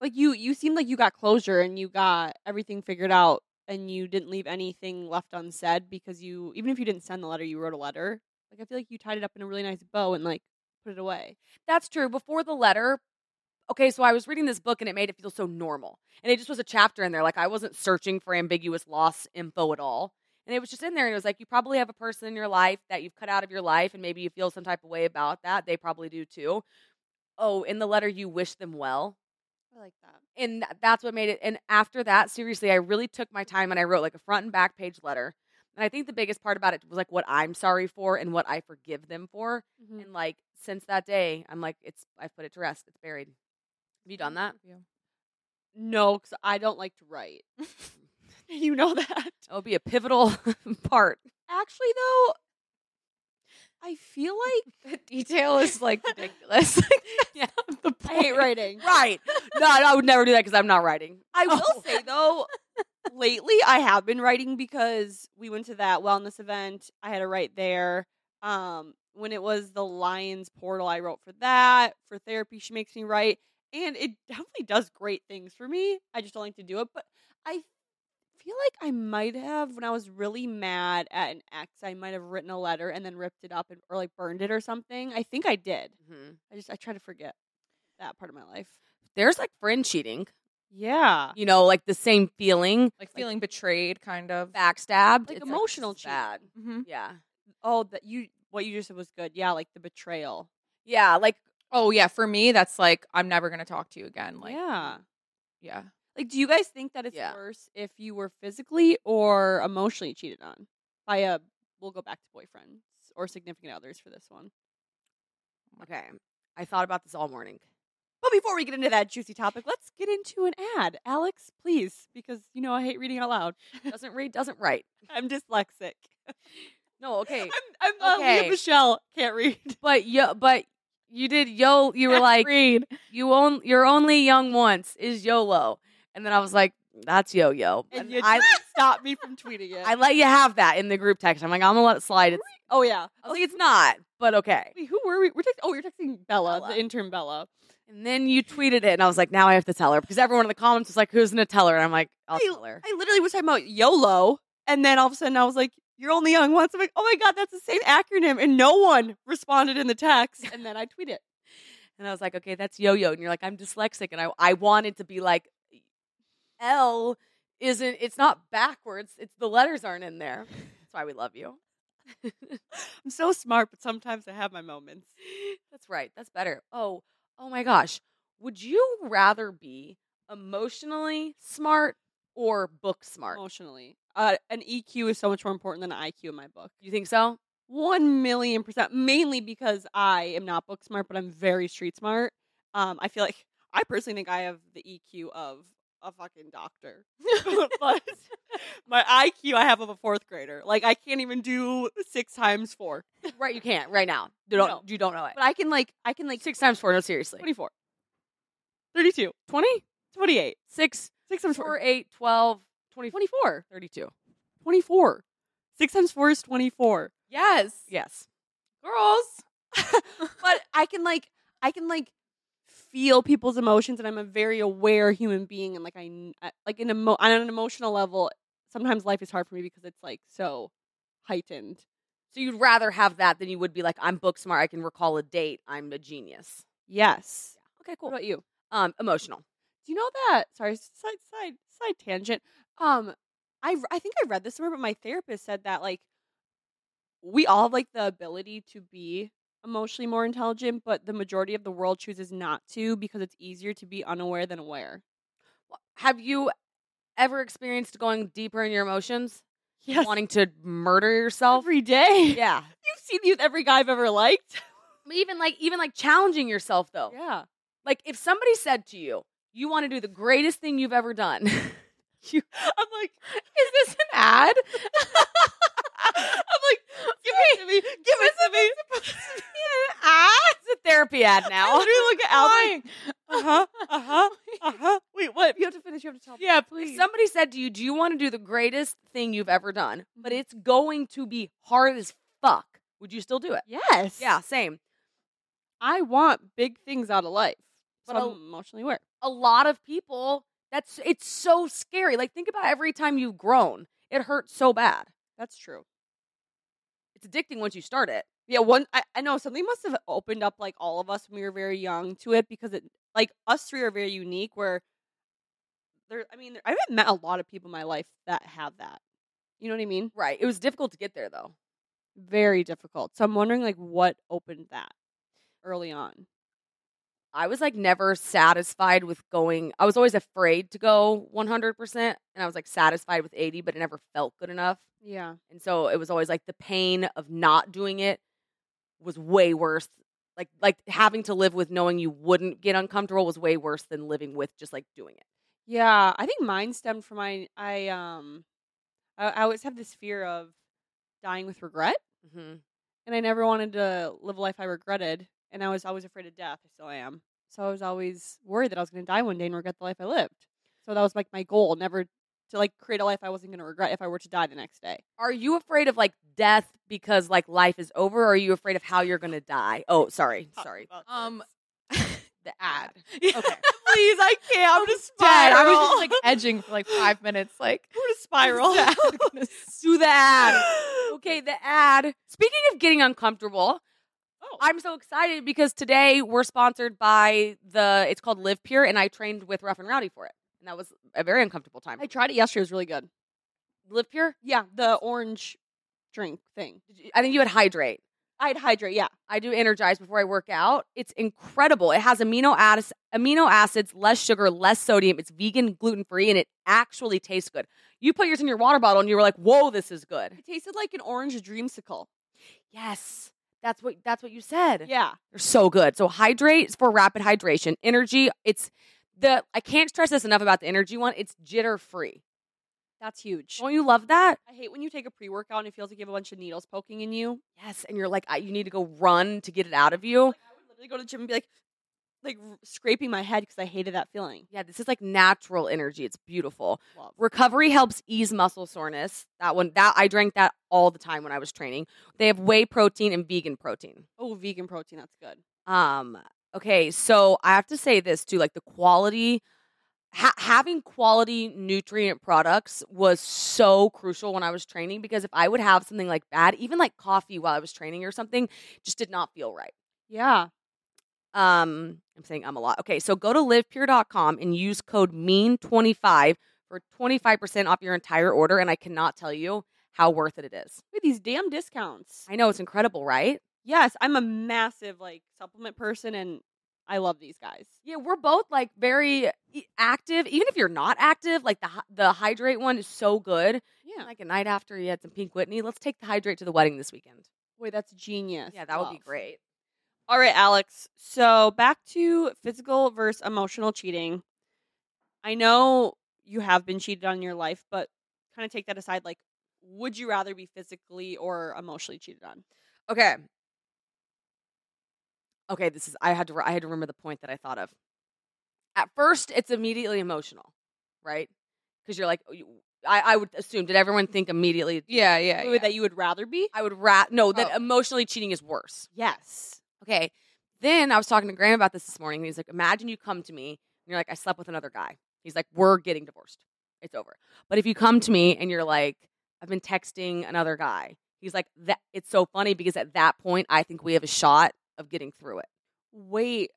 [SPEAKER 1] Like you you seemed like you got closure and you got everything figured out and you didn't leave anything left unsaid because you even if you didn't send the letter, you wrote a letter. Like I feel like you tied it up in a really nice bow and like put it away.
[SPEAKER 2] That's true. Before the letter, okay, so I was reading this book and it made it feel so normal. And it just was a chapter in there. Like I wasn't searching for ambiguous loss info at all. And it was just in there and it was like, you probably have a person in your life that you've cut out of your life and maybe you feel some type of way about that. They probably do too. Oh, in the letter, you wish them well.
[SPEAKER 1] I like that.
[SPEAKER 2] And th- that's what made it. And after that, seriously, I really took my time and I wrote like a front and back page letter. And I think the biggest part about it was like what I'm sorry for and what I forgive them for.
[SPEAKER 1] Mm-hmm.
[SPEAKER 2] And like since that day, I'm like, it's I've put it to rest. It's buried. Have you done that?
[SPEAKER 1] No, cuz I don't like to write. you know that.
[SPEAKER 2] It would be a pivotal part.
[SPEAKER 1] Actually though, I feel like
[SPEAKER 3] The detail is like ridiculous.
[SPEAKER 2] Yeah.
[SPEAKER 3] the
[SPEAKER 1] I hate
[SPEAKER 3] point.
[SPEAKER 1] writing.
[SPEAKER 2] Right. No, I would never do that because I'm not writing.
[SPEAKER 1] I will
[SPEAKER 2] Oh.
[SPEAKER 1] say though, lately I have been writing because we went to that wellness event. I had to write there. Um, when it was the Lions Portal, I wrote for that. For therapy, she makes me write, and it definitely does great things for me. I just don't like to do it, but I feel like I might have when I was really mad at an ex, I might have written a letter and then ripped it up and, or like burned it or something. I think I did. I just I try to forget that part of my life.
[SPEAKER 2] There's like friend cheating,
[SPEAKER 1] Yeah.
[SPEAKER 2] you know, like the same feeling,
[SPEAKER 3] Like feeling betrayed, kind of.
[SPEAKER 2] backstabbed,
[SPEAKER 1] Like
[SPEAKER 2] It's,
[SPEAKER 1] emotional
[SPEAKER 2] it's bad.
[SPEAKER 3] Mm-hmm.
[SPEAKER 2] Yeah.
[SPEAKER 1] Oh, that you what you just said was good. Yeah, like the betrayal.
[SPEAKER 2] Yeah. Like,
[SPEAKER 3] Oh yeah, for me that's like I'm never gonna talk to you again. Like
[SPEAKER 1] yeah.
[SPEAKER 3] yeah.
[SPEAKER 1] mm. Like, do you guys think that it's
[SPEAKER 2] Yeah.
[SPEAKER 1] worse if you were physically or emotionally cheated on by a? We'll go back to boyfriends or significant others for this one.
[SPEAKER 2] okay. I thought about this all morning.
[SPEAKER 1] But before we get into that juicy topic, let's get into an ad, Alex, please, because you know I hate reading out loud.
[SPEAKER 2] Doesn't read, doesn't write.
[SPEAKER 1] I'm dyslexic.
[SPEAKER 2] No, okay.
[SPEAKER 1] I'm, I'm not Leah
[SPEAKER 2] Okay.
[SPEAKER 1] Michelle. Can't read.
[SPEAKER 2] But yo, but you did yo. You were like
[SPEAKER 3] read.
[SPEAKER 2] you on, You're only young once is YOLO, and then I was like, that's yo yo.
[SPEAKER 1] And you
[SPEAKER 2] I
[SPEAKER 1] just stopped me from tweeting it.
[SPEAKER 2] I let you have that in the group text. I'm like, I'm gonna let it slide. It's,
[SPEAKER 1] oh yeah.
[SPEAKER 2] I was like, it's not, but okay.
[SPEAKER 1] Wait, who were we? We're text- oh, you're texting Bella,
[SPEAKER 2] Bella.
[SPEAKER 1] the intern Bella.
[SPEAKER 2] And then you tweeted it, and I was like, now I have to tell her because everyone in the comments was like, who's gonna tell her? And I'm like, I'll
[SPEAKER 1] Hey,
[SPEAKER 2] tell her.
[SPEAKER 1] I literally was talking about YOLO, and then all of a sudden I was like, "You're only young once." I'm like, "Oh my god, that's the same acronym," and no one responded in the text. And then I tweet it.
[SPEAKER 2] And I was like, okay, that's yo yo. And you're like, I'm dyslexic, and I I wanted to be like, L isn't. It's not backwards. It's the letters aren't in there. That's why we love you.
[SPEAKER 1] I'm so smart, but sometimes I have my moments.
[SPEAKER 2] That's right. That's better. Oh, oh my gosh. Would you rather be emotionally smart or book smart?
[SPEAKER 1] Emotionally, uh, an EQ is so much more important than an IQ in my book.
[SPEAKER 2] You think so?
[SPEAKER 1] One million percent, mainly because I am not book smart, but I'm very street smart. Um, I feel like I personally think I have the EQ of a fucking doctor, but my IQ I have of a fourth grader. Like I can't even do six times four,
[SPEAKER 2] right, you can't right now. You don't
[SPEAKER 1] No.
[SPEAKER 2] you don't know it.
[SPEAKER 1] but I can like I can like
[SPEAKER 2] Six times four, no seriously.
[SPEAKER 1] 24, 32,
[SPEAKER 2] 20?
[SPEAKER 1] 28,
[SPEAKER 2] Six,
[SPEAKER 1] six times
[SPEAKER 2] four,
[SPEAKER 1] four,
[SPEAKER 2] eight, twelve, twenty,
[SPEAKER 1] 24,
[SPEAKER 2] thirty-two.
[SPEAKER 1] 24. Six times four is 24.
[SPEAKER 3] Yes.
[SPEAKER 2] Yes.
[SPEAKER 3] Girls.
[SPEAKER 1] but I can like I can like feel people's emotions, and I'm a very aware human being, and like I kn- I- like an emo- on an emotional level. Sometimes life is hard for me because it's like so heightened.
[SPEAKER 2] So you'd rather have that than you would be like, I'm book smart, I can recall a date, I'm a genius.
[SPEAKER 1] Yes.
[SPEAKER 2] Okay,
[SPEAKER 1] What
[SPEAKER 2] cool.
[SPEAKER 1] about you?
[SPEAKER 2] Um, emotional.
[SPEAKER 1] Do you know that? Sorry, side side side tangent. Um, I I think I read this somewhere, but my therapist said that like we all have like the ability to be emotionally more intelligent, but the majority of the world chooses not to because it's easier to be unaware than aware.
[SPEAKER 2] Have you ever experienced going deeper in your emotions?
[SPEAKER 1] Yes,
[SPEAKER 2] Wanting to murder yourself?
[SPEAKER 1] every day.
[SPEAKER 2] yeah.
[SPEAKER 1] You've seen you with every guy I've ever liked.
[SPEAKER 2] even like even like challenging yourself though.
[SPEAKER 1] Yeah.
[SPEAKER 2] Like if somebody said to you, "You want to do the greatest thing you've ever done,"
[SPEAKER 1] You, I'm like,
[SPEAKER 2] is this an ad?
[SPEAKER 1] I'm like, give it to me. Ah, Give it to me.
[SPEAKER 2] an ad? therapy ad now.
[SPEAKER 1] literally look at Al. Uh huh. Uh huh. Uh huh. Wait, what? If you have to finish, you have to tell me.
[SPEAKER 3] yeah,
[SPEAKER 2] If
[SPEAKER 3] please.
[SPEAKER 2] somebody said to you, "Do you want to do the greatest thing you've ever done, but it's going to be hard as fuck," would you still do it?
[SPEAKER 1] Yes.
[SPEAKER 2] Yeah, same.
[SPEAKER 1] I want big things out of life.
[SPEAKER 2] But
[SPEAKER 1] But
[SPEAKER 2] I'll-
[SPEAKER 1] I'm emotionally aware.
[SPEAKER 2] A lot of people. That's it's so scary. Like think about every time you've grown, it hurts so bad.
[SPEAKER 1] That's true.
[SPEAKER 2] It's addicting once you start it.
[SPEAKER 1] Yeah, one I, I know something must have opened up like all of us when we were very young to it because it like us three are very unique where there I mean there, I haven't met a lot of people in my life that have that. You know what I mean?
[SPEAKER 2] Right. It was difficult to get there though.
[SPEAKER 1] Very difficult. So I'm wondering like what opened that early on.
[SPEAKER 2] I was like never satisfied with going. I was always afraid to go 100%. And I was like satisfied with 80, but it never felt good enough.
[SPEAKER 1] Yeah.
[SPEAKER 2] And so it was always like the pain of not doing it was way worse. Like like having to live with knowing you wouldn't get uncomfortable was way worse than living with just like doing it.
[SPEAKER 1] Yeah, I think mine stemmed from my I um I, I always have this fear of dying with regret,
[SPEAKER 2] Mhm.
[SPEAKER 1] and I never wanted to live a life I regretted, and I was always afraid of death. I still am, so I was always worried that I was going to die one day and regret the life I lived. So that was like my goal, never to like create a life I wasn't going to regret if I were to die the next day.
[SPEAKER 2] Are you afraid of like death because like life is over? Or are you afraid of how you're gonna die? Oh, sorry, sorry.
[SPEAKER 3] Um,
[SPEAKER 2] The ad.
[SPEAKER 3] okay.
[SPEAKER 1] please, I can't. I'm just
[SPEAKER 3] Dad, I was just
[SPEAKER 1] spiral.
[SPEAKER 3] like edging for like five minutes. Like
[SPEAKER 1] I'm gonna spiral.
[SPEAKER 3] Dad, I'm gonna
[SPEAKER 2] Do the ad. Okay, the ad. Speaking of getting uncomfortable,
[SPEAKER 1] Oh.
[SPEAKER 2] I'm so excited because today we're sponsored by the. It's called Live Pure, and I trained with Rough and Rowdy for it, and that was a very uncomfortable time.
[SPEAKER 1] I tried it yesterday. It was really good.
[SPEAKER 2] Live Pure.
[SPEAKER 1] Yeah, the orange drink thing.
[SPEAKER 2] Did you- I think you would hydrate.
[SPEAKER 1] I'd hydrate. Yeah.
[SPEAKER 2] I do energize before I work out. It's incredible. It has amino acids, amino acids, less sugar, less sodium. It's vegan, gluten free, and it actually tastes good. You put yours in your water bottle, and you were like, "Whoa, this is good."
[SPEAKER 1] It tasted like an orange dreamsicle.
[SPEAKER 2] Yes, that's what that's what you said.
[SPEAKER 1] Yeah.
[SPEAKER 2] They're so good. So hydrate is for rapid hydration. Energy, it's the I can't stress this enough about the energy one. It's jitter free.
[SPEAKER 1] That's huge.
[SPEAKER 2] Don't you love that?
[SPEAKER 1] I hate when you take a pre workout and it feels like you have a bunch of needles poking in you.
[SPEAKER 2] Yes, and you're like I, you need to go run to get it out of you.
[SPEAKER 1] Like, I would literally go to the gym and be like, like r- scraping my head because I hated that feeling.
[SPEAKER 2] Yeah, this is like natural energy. It's beautiful.
[SPEAKER 1] Love.
[SPEAKER 2] Recovery helps ease muscle soreness. That one that I drank that all the time when I was training. They have whey protein and vegan protein.
[SPEAKER 1] Oh, vegan protein. That's good.
[SPEAKER 2] Um. Okay, so I have to say this too. Like the quality, ha- having quality nutrient products was so crucial when I was training because if I would have something like bad, even like coffee while I was training or something, just did not feel right.
[SPEAKER 1] Yeah.
[SPEAKER 2] Um, I'm saying I'm a lot. Okay, so go to livepure.com and use code MEAN25 for 25% off your entire order. And I cannot tell you how worth it it is.
[SPEAKER 1] Look at these damn discounts.
[SPEAKER 2] I know it's incredible, right?
[SPEAKER 1] Yes, I'm a massive like supplement person and I love these guys.
[SPEAKER 2] Yeah, we're both like very e- active. Even if you're not active, like the hy- the hydrate one is so good.
[SPEAKER 1] Yeah.
[SPEAKER 2] Like a night after you had some Pink Whitney, let's take the hydrate to the wedding this weekend.
[SPEAKER 1] Boy, that's genius.
[SPEAKER 2] Yeah, that would be
[SPEAKER 1] Love.
[SPEAKER 2] great.
[SPEAKER 1] All right, Alex. So back to physical versus emotional cheating. I know you have been cheated on in your life, but kind of take that aside. Like, would you rather be physically or emotionally cheated on?
[SPEAKER 2] Okay. Okay, this is I had to re- I had to remember the point that I thought of. At first, it's immediately emotional, right? Because you're like, oh, you- I, I would assume. Did everyone think immediately?
[SPEAKER 3] Yeah,
[SPEAKER 2] Oh,
[SPEAKER 3] yeah.
[SPEAKER 1] Wait, That you would rather be?
[SPEAKER 2] I would rat. No, that
[SPEAKER 3] Oh.
[SPEAKER 2] emotionally cheating is worse.
[SPEAKER 1] Yes.
[SPEAKER 2] Okay. Then I was talking to Graham about this this morning, and he's like, "Imagine you come to me and you're like, I slept with another guy." He's like, "We're getting divorced. It's over." But if you come to me and you're like, "I've been texting another guy," he's like, "That it's so funny because at that point, I think we have a shot of getting through it."
[SPEAKER 1] Wait.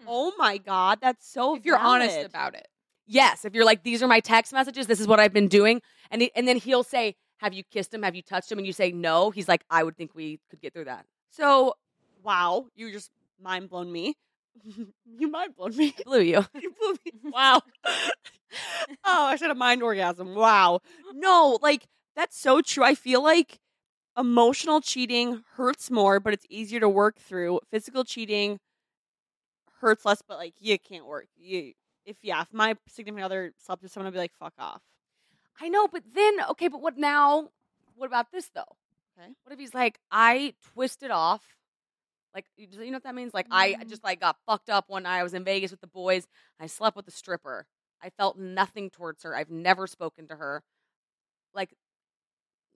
[SPEAKER 3] Hmm.
[SPEAKER 1] Oh my God. That's so.
[SPEAKER 3] if you're honest
[SPEAKER 1] valid.
[SPEAKER 3] about it.
[SPEAKER 2] Yes, if you're like, "These are my text messages. This is what I've been doing," and he, and then he'll say, "Have you kissed him? Have you touched him?" And you say, "No." He's like, "I would think we could get through that."
[SPEAKER 1] So, wow. You just mind blown me. you mind blown me.
[SPEAKER 2] Blew you.
[SPEAKER 1] You blew me. Wow. oh, I should have mind orgasm. Wow. No, like that's so true. I feel like emotional cheating hurts more, but it's easier to work through. Physical cheating hurts less, but like you can't work. You if yeah, if my significant other slept with someone, I'd be like, fuck off.
[SPEAKER 2] I know, but then okay, but what now? What about this though?
[SPEAKER 1] Okay.
[SPEAKER 2] What if he's like, I twisted off Like, you just- you know what that means? Like, I
[SPEAKER 1] Mm.
[SPEAKER 2] just like got fucked up one night. I was in Vegas with the boys. I slept with a stripper. I felt nothing towards her. I've never spoken to her. Like,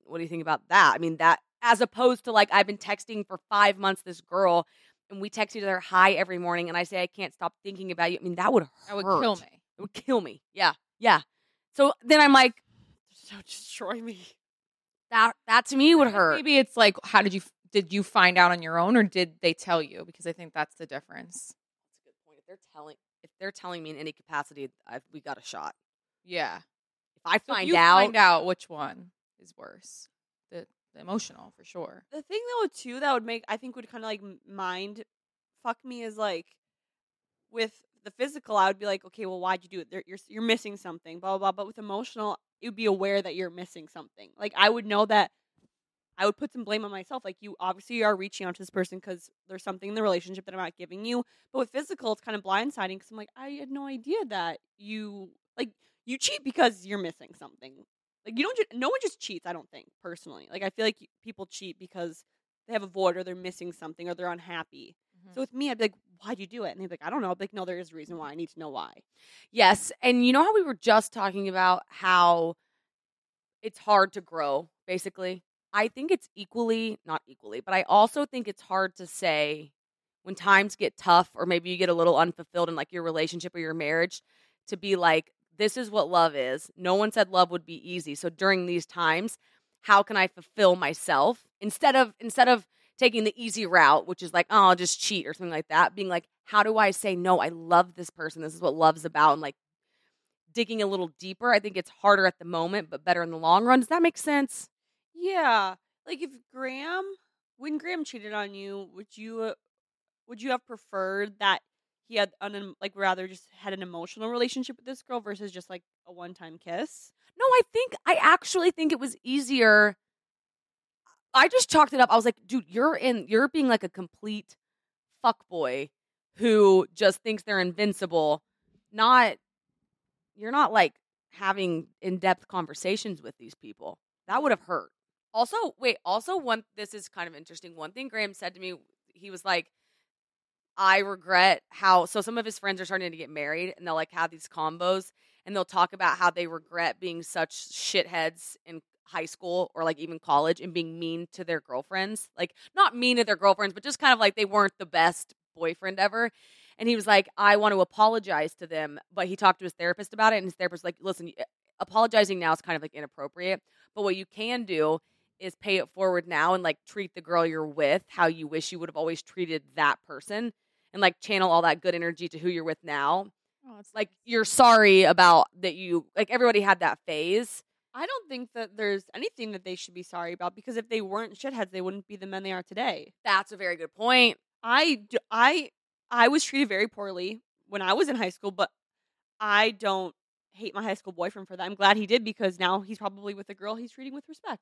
[SPEAKER 2] what do you think about that? I mean, that as opposed to like I've been texting for five months this girl, and we text each other hi every morning, and I say I can't stop thinking about you. I mean, that would hurt.
[SPEAKER 3] That would kill me.
[SPEAKER 2] It would kill me. Yeah, yeah. So then I'm like,
[SPEAKER 1] Don't destroy me.
[SPEAKER 2] that that to me would hurt.
[SPEAKER 3] Maybe it's like, how did you did you find out on your own, or did they tell you? Because I think that's the difference.
[SPEAKER 2] That's a good point. If they're telling, if they're telling me in any capacity, I, we got a shot.
[SPEAKER 3] Yeah.
[SPEAKER 2] If I
[SPEAKER 3] So if
[SPEAKER 2] find
[SPEAKER 3] you
[SPEAKER 2] out,
[SPEAKER 3] Find out which one is worse. The, the emotional, for sure.
[SPEAKER 1] the thing though too that would make I think would kind of like m- mind fuck me is like with the physical I would be like okay well why'd you do it There- you're you're missing something blah blah blah but with emotional it would be aware that you're missing something like I would know that I would put some blame on myself like you obviously are reaching out to this person because there's something in the relationship that I'm not giving you but with physical it's kind of blindsiding because I'm like I had no idea that you like you cheat because you're missing something like you don't ju- no one just cheats i don't think personally like i feel like people cheat because they have a void or they're missing something or they're unhappy
[SPEAKER 3] Mm-hmm.
[SPEAKER 1] so with me i'd be like why'd you do it and they'd be like i don't know i'd be like no there is a reason why i need to know why
[SPEAKER 2] yes. And you know how we were just talking about how it's hard to grow. Basically, I think it's equally not equally, but I also think it's hard to say when times get tough or maybe you get a little unfulfilled in like your relationship or your marriage to be like this is what love is. No one said love would be easy. So during these times, how can I fulfill myself instead of instead of taking the easy route, which is like, oh, I'll just cheat or something like that, being like, how do I say no? I love this person. This is what love's about and like digging a little deeper. I think it's harder at the moment, but better in the long run. Does that make sense?
[SPEAKER 1] yeah like if graham when graham cheated on you would you uh, would you have preferred that he had an like rather just had an emotional relationship with this girl versus just like a one-time kiss
[SPEAKER 2] No, I think I actually think it was easier. I just chalked it up. I was like, dude, you're in you're being like a complete fuckboy who just thinks they're invincible. Not you're not like having in-depth conversations with these people. That would have hurt. Also, wait, also one this is kind of interesting. One thing Graham said to me, he was like I regret how so some of his friends are starting to get married and they'll like have these combos and they'll talk about how they regret being such shitheads in high school or like even college and being mean to their girlfriends. Like not mean to their girlfriends, but just kind of like they weren't the best boyfriend ever. And he was like, I want to apologize to them. But he talked to his therapist about it, and his therapist was like, listen, apologizing now is kind of like inappropriate. But what you can do is pay it forward now and like treat the girl you're with how you wish you would have always treated that person and like channel all that good energy to who you're with now
[SPEAKER 3] Oh, it's
[SPEAKER 2] like you're sorry about that you like everybody had that phase
[SPEAKER 1] I don't think that there's anything that they should be sorry about because if they weren't shitheads, they wouldn't be the men they are today.
[SPEAKER 2] that's a very good point
[SPEAKER 1] I d- I I was treated very poorly when I was in high school, but I don't hate my high school boyfriend for that. I'm glad he did because now he's probably with a girl he's treating with respect.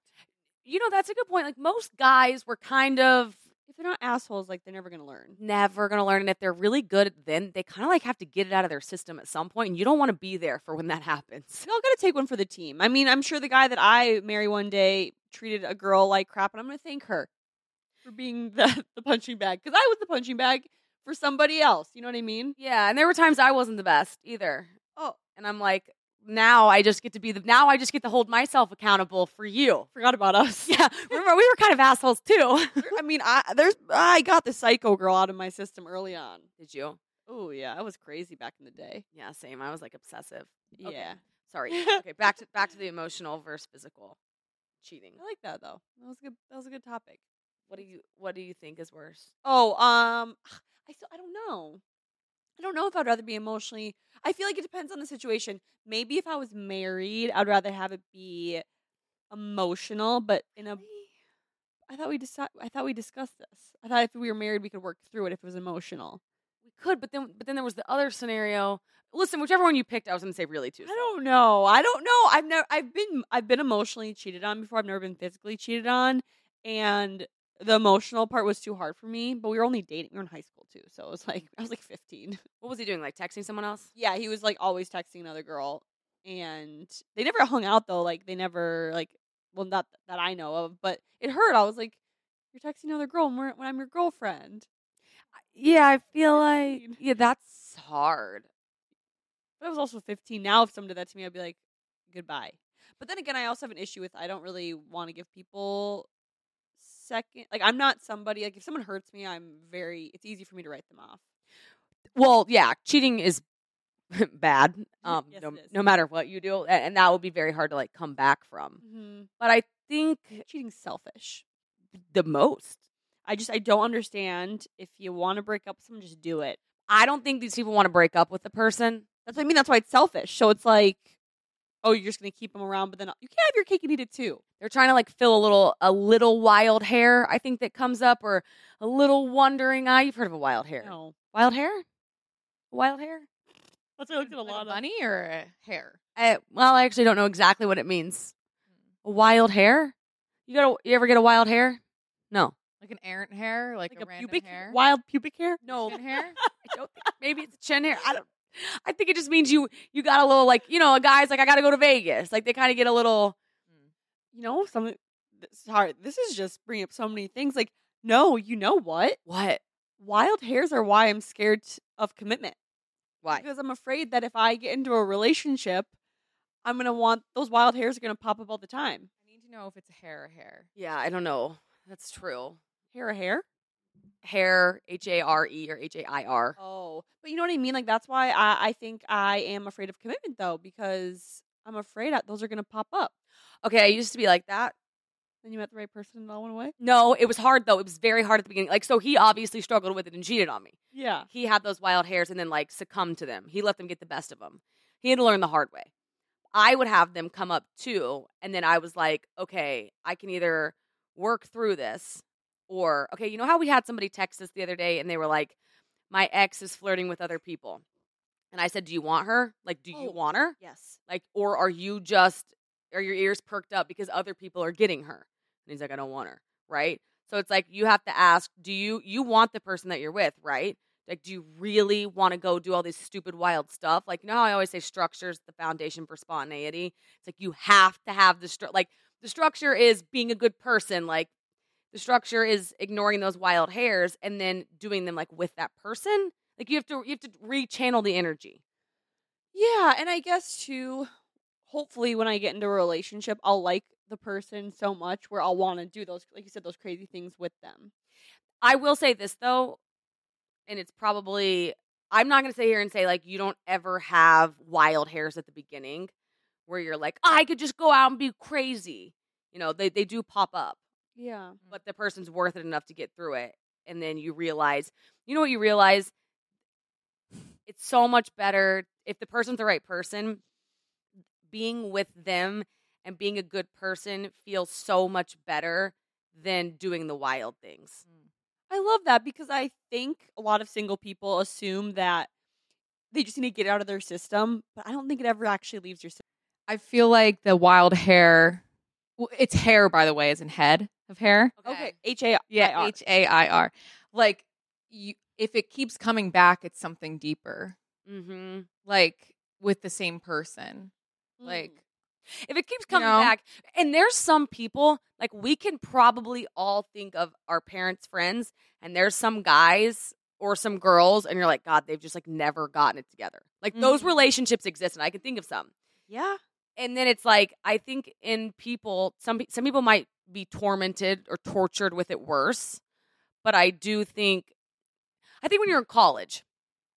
[SPEAKER 2] you know that's a good point like most guys were kind of
[SPEAKER 1] If they're not assholes, like they're never gonna learn.
[SPEAKER 2] never gonna learn and if they're really good then they kind of like have to get it out of their system at some point and you don't want to be there for when that happens
[SPEAKER 1] We all gotta take one for the team. I mean, I'm sure the guy that I marry one day treated a girl like crap, and I'm gonna thank her for being the, the punching bag because I was the punching bag for somebody else. You know what I mean?
[SPEAKER 2] yeah and there were times i wasn't the best either
[SPEAKER 1] Oh.
[SPEAKER 2] and i'm like now i just get to be the now i just get to hold myself accountable for you
[SPEAKER 1] Forgot about us.
[SPEAKER 2] yeah remember we were kind of assholes too
[SPEAKER 1] I mean, I there's I got the psycho girl out of my system early on.
[SPEAKER 2] did you
[SPEAKER 1] Oh yeah, I was crazy back in the day.
[SPEAKER 2] yeah same i was like obsessive Okay.
[SPEAKER 1] Yeah,
[SPEAKER 2] sorry okay back to back to the emotional versus physical cheating
[SPEAKER 1] I like that though. That was a good. That was a good topic.
[SPEAKER 2] what do you what do you think is worse
[SPEAKER 1] Oh, um, I still I don't know. I don't know if I'd rather be emotionally. I feel like it depends on the situation. Maybe if I was married, I'd rather have it be emotional, but in a. I thought we decide, I thought we discussed this. I thought if we were married, we could work through it if it was emotional.
[SPEAKER 2] we could but then but then there was the other scenario listen whichever one you picked i was gonna say really too
[SPEAKER 1] I don't know. I don't know. I've never I've been I've been emotionally cheated on before. I've never been physically cheated on and the emotional part was too hard for me, but we were only dating. We were in high school too. So it was like I was like 15.
[SPEAKER 2] what was he doing like texting someone else
[SPEAKER 1] Yeah, he was like always texting another girl and they never hung out though. Like they never like well not that I know of, but it hurt. I was like you're texting another girl when, we're, when I'm your girlfriend.
[SPEAKER 2] Yeah, I feel like
[SPEAKER 1] 15.
[SPEAKER 2] yeah, that's hard.
[SPEAKER 1] But I was also 15. Now, if someone did that to me, I'd be like, goodbye. But then again, I also have an issue with I don't really want to give people second. Like, I'm not somebody, like, if someone hurts me, I'm very, it's easy for me to write them off.
[SPEAKER 2] Well, yeah, cheating is bad. Um,
[SPEAKER 1] Yes,
[SPEAKER 2] no,
[SPEAKER 1] it is.
[SPEAKER 2] no matter what you do, a- and that would be very hard to like come back from.
[SPEAKER 1] Mm-hmm.
[SPEAKER 2] But I think
[SPEAKER 1] Cheating's selfish.
[SPEAKER 2] the most.
[SPEAKER 1] I just, I don't understand. If you want to break up with someone, just do it.
[SPEAKER 2] I don't think these people want to break up with the person.
[SPEAKER 1] That's what I mean. That's why it's selfish. So it's like, oh, you're just going to keep them around, but then you can't have your cake and eat it too.
[SPEAKER 2] They're trying to like fill a little a little wild hair. I think that comes up or a little wondering eye. You've heard of a wild hair?
[SPEAKER 1] No.
[SPEAKER 2] Wild hair? Wild hair?
[SPEAKER 1] That's what I looked at a
[SPEAKER 3] Like
[SPEAKER 1] lot of.
[SPEAKER 3] money or a hair.
[SPEAKER 2] I, well, I actually don't know exactly what it means.
[SPEAKER 3] Mm.
[SPEAKER 2] A wild hair? You got you ever get a wild hair? No.
[SPEAKER 3] Like an errant hair, like,
[SPEAKER 1] Like
[SPEAKER 3] a,
[SPEAKER 1] a
[SPEAKER 3] random
[SPEAKER 1] pubic,
[SPEAKER 3] hair.
[SPEAKER 1] wild pubic hair?
[SPEAKER 2] No.
[SPEAKER 3] Chin hair?
[SPEAKER 2] I don't think, maybe it's chin hair. I don't I think it just means you you got a little like, you know, a guy's like I got to go to Vegas. Like they kind of get a little
[SPEAKER 1] you know, some sorry, this is just bringing up so many things. Like, no, you know what?
[SPEAKER 2] what?
[SPEAKER 1] Wild hairs are why I'm scared t- of commitment
[SPEAKER 2] Why?
[SPEAKER 1] because I'm afraid that if I get into a relationship, I'm gonna want those wild hairs are gonna pop up all the time.
[SPEAKER 3] I need to know if it's a hair or hair.
[SPEAKER 2] Yeah, I don't know. That's true.
[SPEAKER 1] Hair a hair?
[SPEAKER 2] Hair, H A R E or H A I R.
[SPEAKER 1] Oh, but you know what I mean. Like that's why I, I think I am afraid of commitment though because I'm afraid that those are gonna pop up.
[SPEAKER 2] Okay, I used to be like that.
[SPEAKER 1] Then you met the right person and it all went away.
[SPEAKER 2] No, it was hard though. It was very hard at the beginning. Like so he obviously struggled with it and cheated on me.
[SPEAKER 1] Yeah,
[SPEAKER 2] he had those wild hairs and then like succumbed to them. He let them get the best of him. He had to learn the hard way. I would have them come up too, and then I was like, okay, I can either work through this or okay, you know how we had somebody text us the other day and they were like, my ex is flirting with other people. And I said, do you want her? Like, do you
[SPEAKER 1] Oh.
[SPEAKER 2] want her?
[SPEAKER 1] yes.
[SPEAKER 2] Like, or are you just are your ears perked up because other people are getting her? And he's like, I don't want her, right? So it's like you have to ask, do you you want the person that you're with, right? Like, do you really want to go do all this stupid wild stuff? Like, you know how I always say structure's the foundation for spontaneity. It's like you have to have the stru- like the structure is being a good person, like the structure is ignoring those wild hairs and then doing them like with that person. Like you have to you have to rechannel the energy.
[SPEAKER 1] Yeah, and I guess too, hopefully when I get into a relationship, I'll like the person so much where I'll want to do those, like you said, those crazy things with them.
[SPEAKER 2] I will say this though, and it's probably I'm not gonna sit here and say like you don't ever have wild hairs at the beginning where you're like, "Oh, I could just go out and be crazy. You know, they, they do pop up,
[SPEAKER 1] Yeah.
[SPEAKER 2] but the person's worth it enough to get through it. And then you realize, you know what you realize? It's so much better if the person's the right person, being with them and being a good person feels so much better than doing the wild things.
[SPEAKER 1] I love that because I think a lot of single people assume that they just need to get out of their system, but I don't think it ever actually leaves your system.
[SPEAKER 3] I feel like the wild hair. well, It's hair, by the way, isn't head of hair.
[SPEAKER 1] Okay. H A
[SPEAKER 3] Yeah, H A I R. Like, you, if it keeps coming back, it's something deeper.
[SPEAKER 2] Mm-hmm.
[SPEAKER 3] Like with the same person.
[SPEAKER 1] Mm.
[SPEAKER 3] Like,
[SPEAKER 2] Mm. If it keeps coming
[SPEAKER 3] know?
[SPEAKER 2] back, and there's some people like we can probably all think of our parents' friends, and there's some guys or some girls, and you're like, God, they've just like never gotten it together. Like those
[SPEAKER 3] Mhm.
[SPEAKER 2] relationships exist, and I can think of some.
[SPEAKER 1] yeah.
[SPEAKER 2] And then it's like I think in people, some pe- some people might be tormented or tortured with it worse, but I do think, I think when you're in college.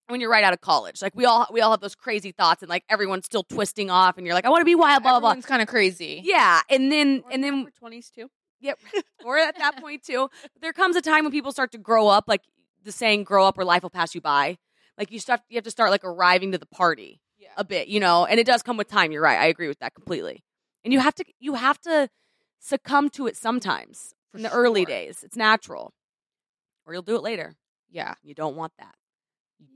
[SPEAKER 2] When you're right out of college, like we all we all have those crazy thoughts, and like everyone's still twisting off, and you're like, I want to be wild, blah blah blah.
[SPEAKER 3] everyone's kind of crazy.
[SPEAKER 2] Yeah, and then and then
[SPEAKER 1] Number 20s too.
[SPEAKER 2] yeah, or at that point too, there comes a time when people start to grow up. Like the saying, "Grow up, or life will pass you by." Like you start, you have to start like arriving to the party
[SPEAKER 3] Yeah.
[SPEAKER 2] a bit, you know. And it does come with time. You're right. I agree with that completely. And you have to, you have to succumb to it sometimes
[SPEAKER 3] For
[SPEAKER 2] in the early
[SPEAKER 3] sure.
[SPEAKER 2] days. It's natural, or you'll do it later.
[SPEAKER 3] Yeah.
[SPEAKER 2] You don't want that.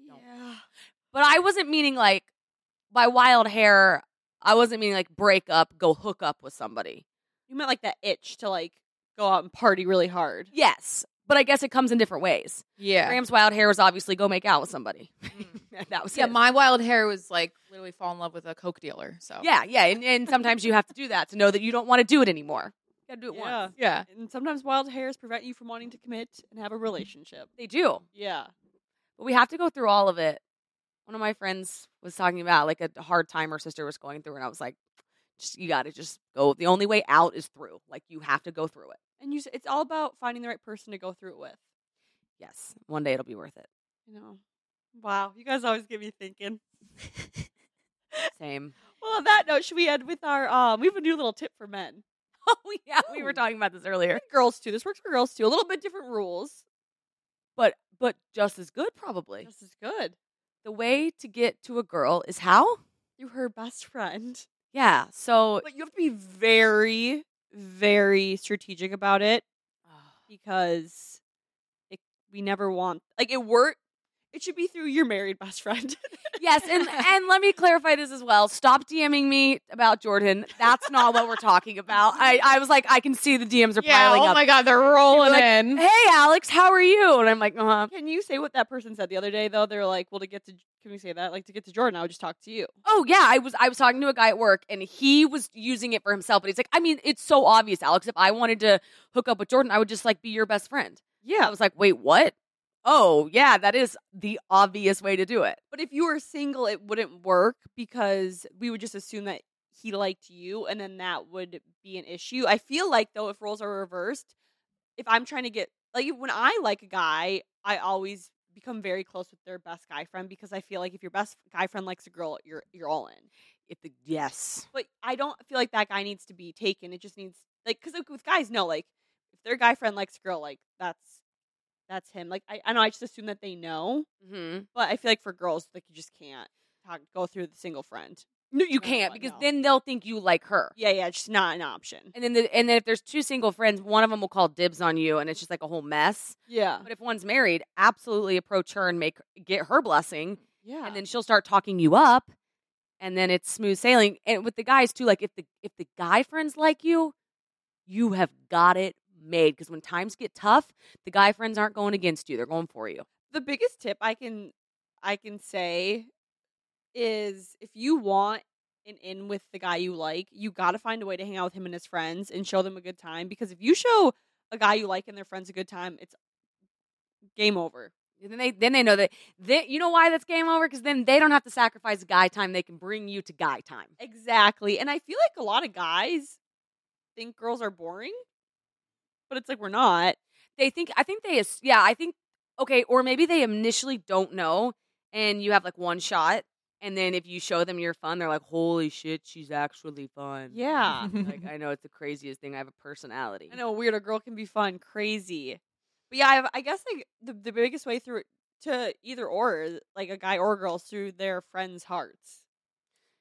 [SPEAKER 2] don't.
[SPEAKER 1] Yeah.
[SPEAKER 2] But I wasn't meaning like by wild hair. I wasn't meaning like break up, go hook up with somebody.
[SPEAKER 1] You meant like that itch to like go out and party really hard.
[SPEAKER 2] Yes, but I guess it comes in different ways.
[SPEAKER 3] Yeah.
[SPEAKER 2] Graham's wild hair was obviously go make out with somebody.
[SPEAKER 3] Mm.
[SPEAKER 2] that was
[SPEAKER 3] Yeah.
[SPEAKER 2] his.
[SPEAKER 3] My wild hair was like literally fall in love with a Coke dealer. So,
[SPEAKER 2] yeah, yeah, and, and sometimes you have to do that to know that you don't want to do it anymore. You gotta do it
[SPEAKER 1] Yeah.
[SPEAKER 2] once.
[SPEAKER 3] Yeah.
[SPEAKER 1] Mm-hmm. And sometimes wild hairs prevent you from wanting to commit and have a relationship.
[SPEAKER 2] They do.
[SPEAKER 1] Yeah.
[SPEAKER 2] But we have to go through all of it. One of my friends was talking about like a hard time her sister was going through, and I was like, just, you got to just go. The only way out is through. Like you have to go through it.
[SPEAKER 1] And you, s- it's all about finding the right person to go through it with.
[SPEAKER 2] Yes, one day it'll be worth it.
[SPEAKER 1] You know. Wow, you guys always get me thinking.
[SPEAKER 2] Same.
[SPEAKER 1] Well, on that note, should we end with our? Um, we have a new little tip for men,
[SPEAKER 2] oh yeah, we were talking about this earlier,
[SPEAKER 1] girls too. This works for girls too. A little bit different rules.
[SPEAKER 2] but but just as good probably.
[SPEAKER 1] This is good.
[SPEAKER 2] The way to get to a girl is how?
[SPEAKER 1] You're her best friend,
[SPEAKER 2] Yeah. So
[SPEAKER 1] but you have to be very, very strategic about it because it, we never want like it work. It should be through your married best friend.
[SPEAKER 2] yes, and and let me clarify this as well. Stop DMing me about Jordan. That's not what we're talking about. I I was like, I can see the DMs are
[SPEAKER 3] yeah.
[SPEAKER 2] piling
[SPEAKER 3] Oh
[SPEAKER 2] up.
[SPEAKER 3] my god, they're rolling
[SPEAKER 2] like,
[SPEAKER 3] in.
[SPEAKER 2] hey Alex, how are you? And I'm like, uh huh.
[SPEAKER 1] Can you say what that person said the other day though? They're like, well, to get to can we say that? Like to get to Jordan, I would just talk to you.
[SPEAKER 2] Oh yeah, I was I was talking to a guy at work and he was using it for himself, but he's like, I mean, it's so obvious, Alex. If I wanted to hook up with Jordan, I would just like be your best friend. I
[SPEAKER 1] Yeah,
[SPEAKER 2] was like, wait, what? Oh yeah, that is the obvious way to do it.
[SPEAKER 1] but if you were single, it wouldn't work because we would just assume that he liked you, and then that would be an issue. I feel like though, if roles are reversed, if I'm trying to get like when I like a guy, I always become very close with their best guy friend because I feel like if your best guy friend likes a girl, you're you're all in.
[SPEAKER 2] If the yes,
[SPEAKER 1] But I don't feel like that guy needs to be taken. It just needs like because with guys, no, like if their guy friend likes a girl, like that's that's him. Like I, I know I just assume that they know,
[SPEAKER 2] mm-hmm.
[SPEAKER 1] but I feel like for girls, like you just can't talk, go through the single friend.
[SPEAKER 2] no, you
[SPEAKER 3] Oh
[SPEAKER 1] No,
[SPEAKER 2] can't
[SPEAKER 1] I
[SPEAKER 2] because
[SPEAKER 1] know.
[SPEAKER 2] then they'll think you like her.
[SPEAKER 1] Yeah, yeah, it's just not an option.
[SPEAKER 2] And then, the, and then if there's two single friends, one of them will call dibs on you, and it's just like a whole mess.
[SPEAKER 1] Yeah,
[SPEAKER 2] But if one's married, absolutely approach her and make get her blessing,
[SPEAKER 1] yeah,
[SPEAKER 2] and then she'll start talking you up, and then it's smooth sailing. And with the guys too, like if the if the guy friends like you, you have got it made. Because when times get tough, the guy friends aren't going against you; they're going for you.
[SPEAKER 1] the biggest tip I can I can say is if you want an in with the guy you like, you got to find a way to hang out with him and his friends and show them a good time because if you show a guy you like and their friends a good time, it's game over.
[SPEAKER 2] And then they then they know that they, you know why that's game over because then they don't have to sacrifice guy time; they can bring you to guy time.
[SPEAKER 1] Exactly. And I feel like a lot of guys think girls are boring, but it's like we're not.
[SPEAKER 2] they think i think they ass- yeah i think okay or maybe they initially don't know and you have like one shot and then if you show them you're fun they're like holy shit she's actually fun
[SPEAKER 1] Yeah.
[SPEAKER 2] like i know it's the craziest thing i have a personality
[SPEAKER 1] I know a weirder girl can be fun, crazy. But yeah, I've, I guess like the, the biggest way through it to either or, is, like a guy or girl, is through their friends' hearts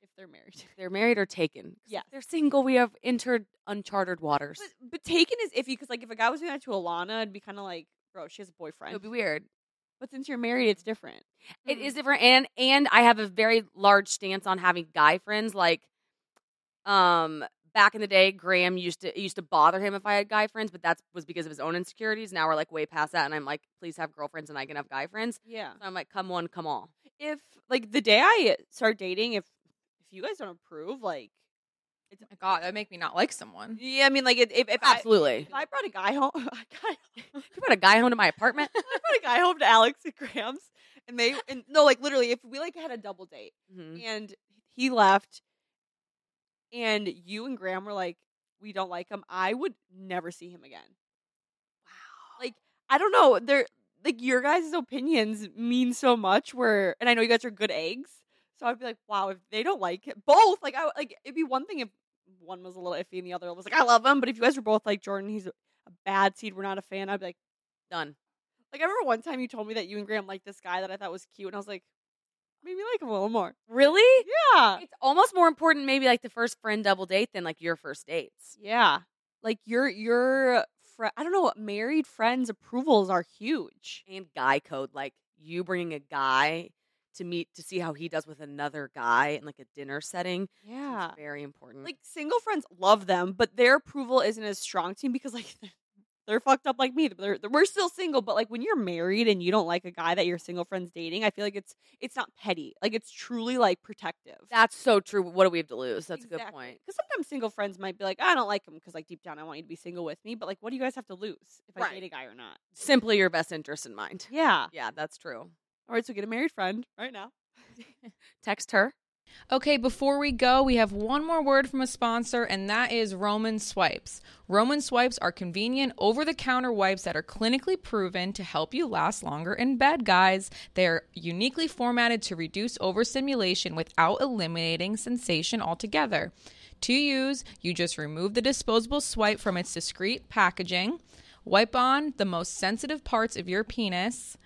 [SPEAKER 1] if they're married.
[SPEAKER 2] they're married or taken 'Cause
[SPEAKER 1] Yes.
[SPEAKER 2] if they're single we have entered uncharted waters
[SPEAKER 1] But, but taken is iffy because like if a guy was doing that to Alana, it'd be kind of like, bro, she has a
[SPEAKER 2] it
[SPEAKER 1] boyfriend.
[SPEAKER 2] would be weird
[SPEAKER 1] But since you're married, it's different.
[SPEAKER 2] It is different and and i have a very large stance on having guy friends like um back in the day graham used to it used to bother him if i had guy friends but that was because of his own insecurities now we're like way past that and i'm like please have girlfriends and i can have guy friends
[SPEAKER 1] Yeah.
[SPEAKER 2] so i'm like come on come all
[SPEAKER 1] If like the day I start dating, if if you guys don't approve, like,
[SPEAKER 3] Oh my god, that make me not like someone.
[SPEAKER 1] yeah, I mean, like if if, if I
[SPEAKER 2] absolutely
[SPEAKER 1] if I brought a guy home, a guy,
[SPEAKER 2] you brought a guy home to my apartment
[SPEAKER 1] I brought a guy home to Alex and Graham's, and they and no, like literally, if we like had a double date
[SPEAKER 2] Mhm.
[SPEAKER 1] and he left, and you and Graham were like, we don't like him. I would never see him again. Wow. Like I don't know, they're like your guys' opinions mean so much. Where and I know you guys are good eggs, so I'd be like, wow, if they don't like it, both, like I like it'd be one thing if one was a little iffy and the other was like, I love him, but if you guys were both like Jordan, he's a a bad seed, we're not a fan. I'd be like.
[SPEAKER 2] done
[SPEAKER 1] Like I remember one time you told me that you and Graham liked this guy that I thought was cute, and I was like, made me like him a little more.
[SPEAKER 2] really
[SPEAKER 1] Yeah,
[SPEAKER 2] it's almost more important maybe like the first friend double date than like your first dates
[SPEAKER 1] yeah. Like your your friend, I don't know what married friends' approvals are huge.
[SPEAKER 2] and guy code like you bringing a guy to meet to see how he does with another guy in like a dinner setting seems
[SPEAKER 1] Yeah,
[SPEAKER 2] very important
[SPEAKER 1] like single friends love them, but their approval isn't as strong to me because like. They're fucked up like me. They're, they're- we're still single, but like when you're married and you don't like a guy that your single friend's dating, I feel like it's it's not petty. Like it's truly like protective.
[SPEAKER 2] that's so true what do we have to lose that's a good
[SPEAKER 1] Exactly.
[SPEAKER 2] point
[SPEAKER 1] Because sometimes single friends might be like, I don't like him because, like, deep down, I want you to be single with me. But, like, what do you guys have to lose if I
[SPEAKER 2] Right.
[SPEAKER 1] date a guy or not?
[SPEAKER 2] simply your best interest in mind
[SPEAKER 1] Yeah.
[SPEAKER 2] yeah that's true
[SPEAKER 1] All right, so get a married friend right now.
[SPEAKER 2] Text her.
[SPEAKER 3] Okay, before we go, we have one more word from a sponsor, and that is Roman Swipes. Roman Swipes are convenient, over the counter wipes that are clinically proven to help you last longer in bed, guys. They are uniquely formatted to reduce overstimulation without eliminating sensation altogether. To use, you just remove the disposable swipe from its discreet packaging. Wipe on the most sensitive parts of your penis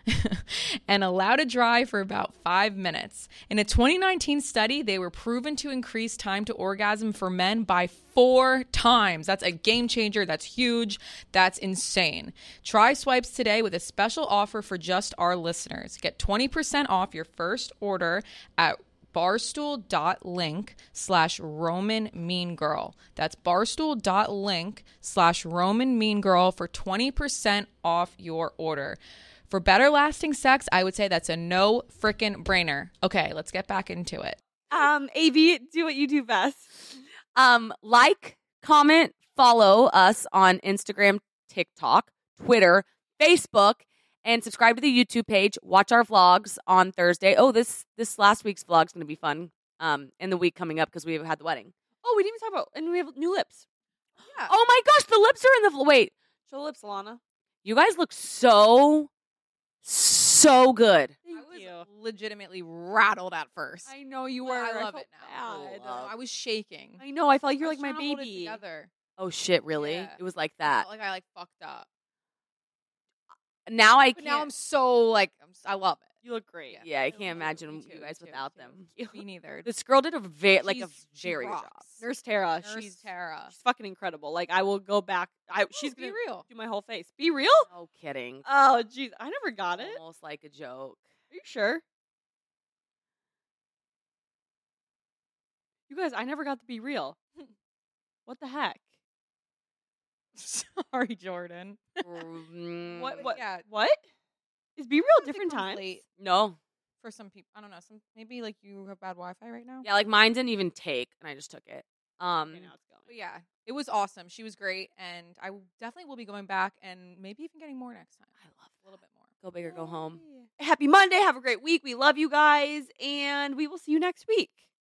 [SPEAKER 3] and allow to dry for about five minutes. In a 2019 study, they were proven to increase time to orgasm for men by four times. That's a game changer. That's huge. That's insane. Try swipes today with a special offer for just our listeners. Get 20% off your first order at barstool.link slash roman mean girl that's barstool.link slash roman mean girl for 20% off your order for better lasting sex i would say that's a no frickin' brainer okay let's get back into it
[SPEAKER 1] Um, AV, do what you do best.
[SPEAKER 2] Um, like, comment, follow us on Instagram, TikTok, Twitter, Facebook, and subscribe to the YouTube page. Watch our vlogs on Thursday. Oh, this this last week's vlog's going to be fun. Um, in the week coming up because we had the wedding.
[SPEAKER 1] Oh, we didn't even talk about, and we have new lips.
[SPEAKER 3] yeah
[SPEAKER 2] Oh my gosh, the lips are in the vl- wait.
[SPEAKER 1] Show lips, Alana.
[SPEAKER 2] You guys look so so good.
[SPEAKER 1] Thank
[SPEAKER 3] i was
[SPEAKER 1] you.
[SPEAKER 3] legitimately rattled at first
[SPEAKER 1] I know you
[SPEAKER 3] But
[SPEAKER 1] were.
[SPEAKER 3] i love
[SPEAKER 1] felt
[SPEAKER 3] it now
[SPEAKER 1] bad.
[SPEAKER 2] I love-
[SPEAKER 3] i was shaking
[SPEAKER 1] I know. I felt like
[SPEAKER 3] I
[SPEAKER 1] you're
[SPEAKER 3] was
[SPEAKER 1] like my
[SPEAKER 3] trying to hold it
[SPEAKER 1] baby.
[SPEAKER 3] together.
[SPEAKER 2] Oh shit, really?
[SPEAKER 3] Yeah.
[SPEAKER 2] It was like
[SPEAKER 3] I
[SPEAKER 2] that.
[SPEAKER 3] felt like i like fucked up
[SPEAKER 2] Now I
[SPEAKER 3] but
[SPEAKER 2] can't.
[SPEAKER 3] now i'm so like I'm, s- i love it
[SPEAKER 1] You look great.
[SPEAKER 2] yeah, I
[SPEAKER 3] I
[SPEAKER 2] can't
[SPEAKER 3] love it. Me
[SPEAKER 2] imagine
[SPEAKER 3] too,
[SPEAKER 2] you
[SPEAKER 3] me
[SPEAKER 2] guys
[SPEAKER 3] too, me
[SPEAKER 2] without
[SPEAKER 3] too.
[SPEAKER 2] them.
[SPEAKER 3] me neither
[SPEAKER 2] This girl did a very like a
[SPEAKER 3] She's- she
[SPEAKER 2] very good job.
[SPEAKER 3] rocks.
[SPEAKER 1] Nurse Tara,
[SPEAKER 3] Nurse
[SPEAKER 1] she's
[SPEAKER 3] Tara.
[SPEAKER 1] she's fucking incredible. Like I will go back. I she's
[SPEAKER 3] she's
[SPEAKER 1] gonna
[SPEAKER 3] be real.
[SPEAKER 1] do my whole face. Be real?
[SPEAKER 2] No kidding.
[SPEAKER 1] Oh jeez, I never got it. Are
[SPEAKER 2] Almost like a joke.
[SPEAKER 1] you sure? You guys, I never got to be real. what the heck?
[SPEAKER 3] Sorry, Jordan.
[SPEAKER 1] What
[SPEAKER 2] Mm,
[SPEAKER 1] what
[SPEAKER 3] yeah.
[SPEAKER 1] what? Is be real
[SPEAKER 3] Sometimes it
[SPEAKER 1] different
[SPEAKER 3] comes
[SPEAKER 1] times?
[SPEAKER 3] late
[SPEAKER 2] No.
[SPEAKER 3] for some people. I don't know. Some maybe like you have bad Wi-Fi right now.
[SPEAKER 2] Yeah, like mine didn't even take, and I just took it. Um,
[SPEAKER 1] Okay, now it's going.
[SPEAKER 3] But yeah, it was awesome. She was great, and I w- definitely will be going back and maybe even getting more next time.
[SPEAKER 2] I love
[SPEAKER 3] a little bit more.
[SPEAKER 2] go big or go home.
[SPEAKER 1] Happy Monday. Have a great week. We love you guys, and we will see you next week.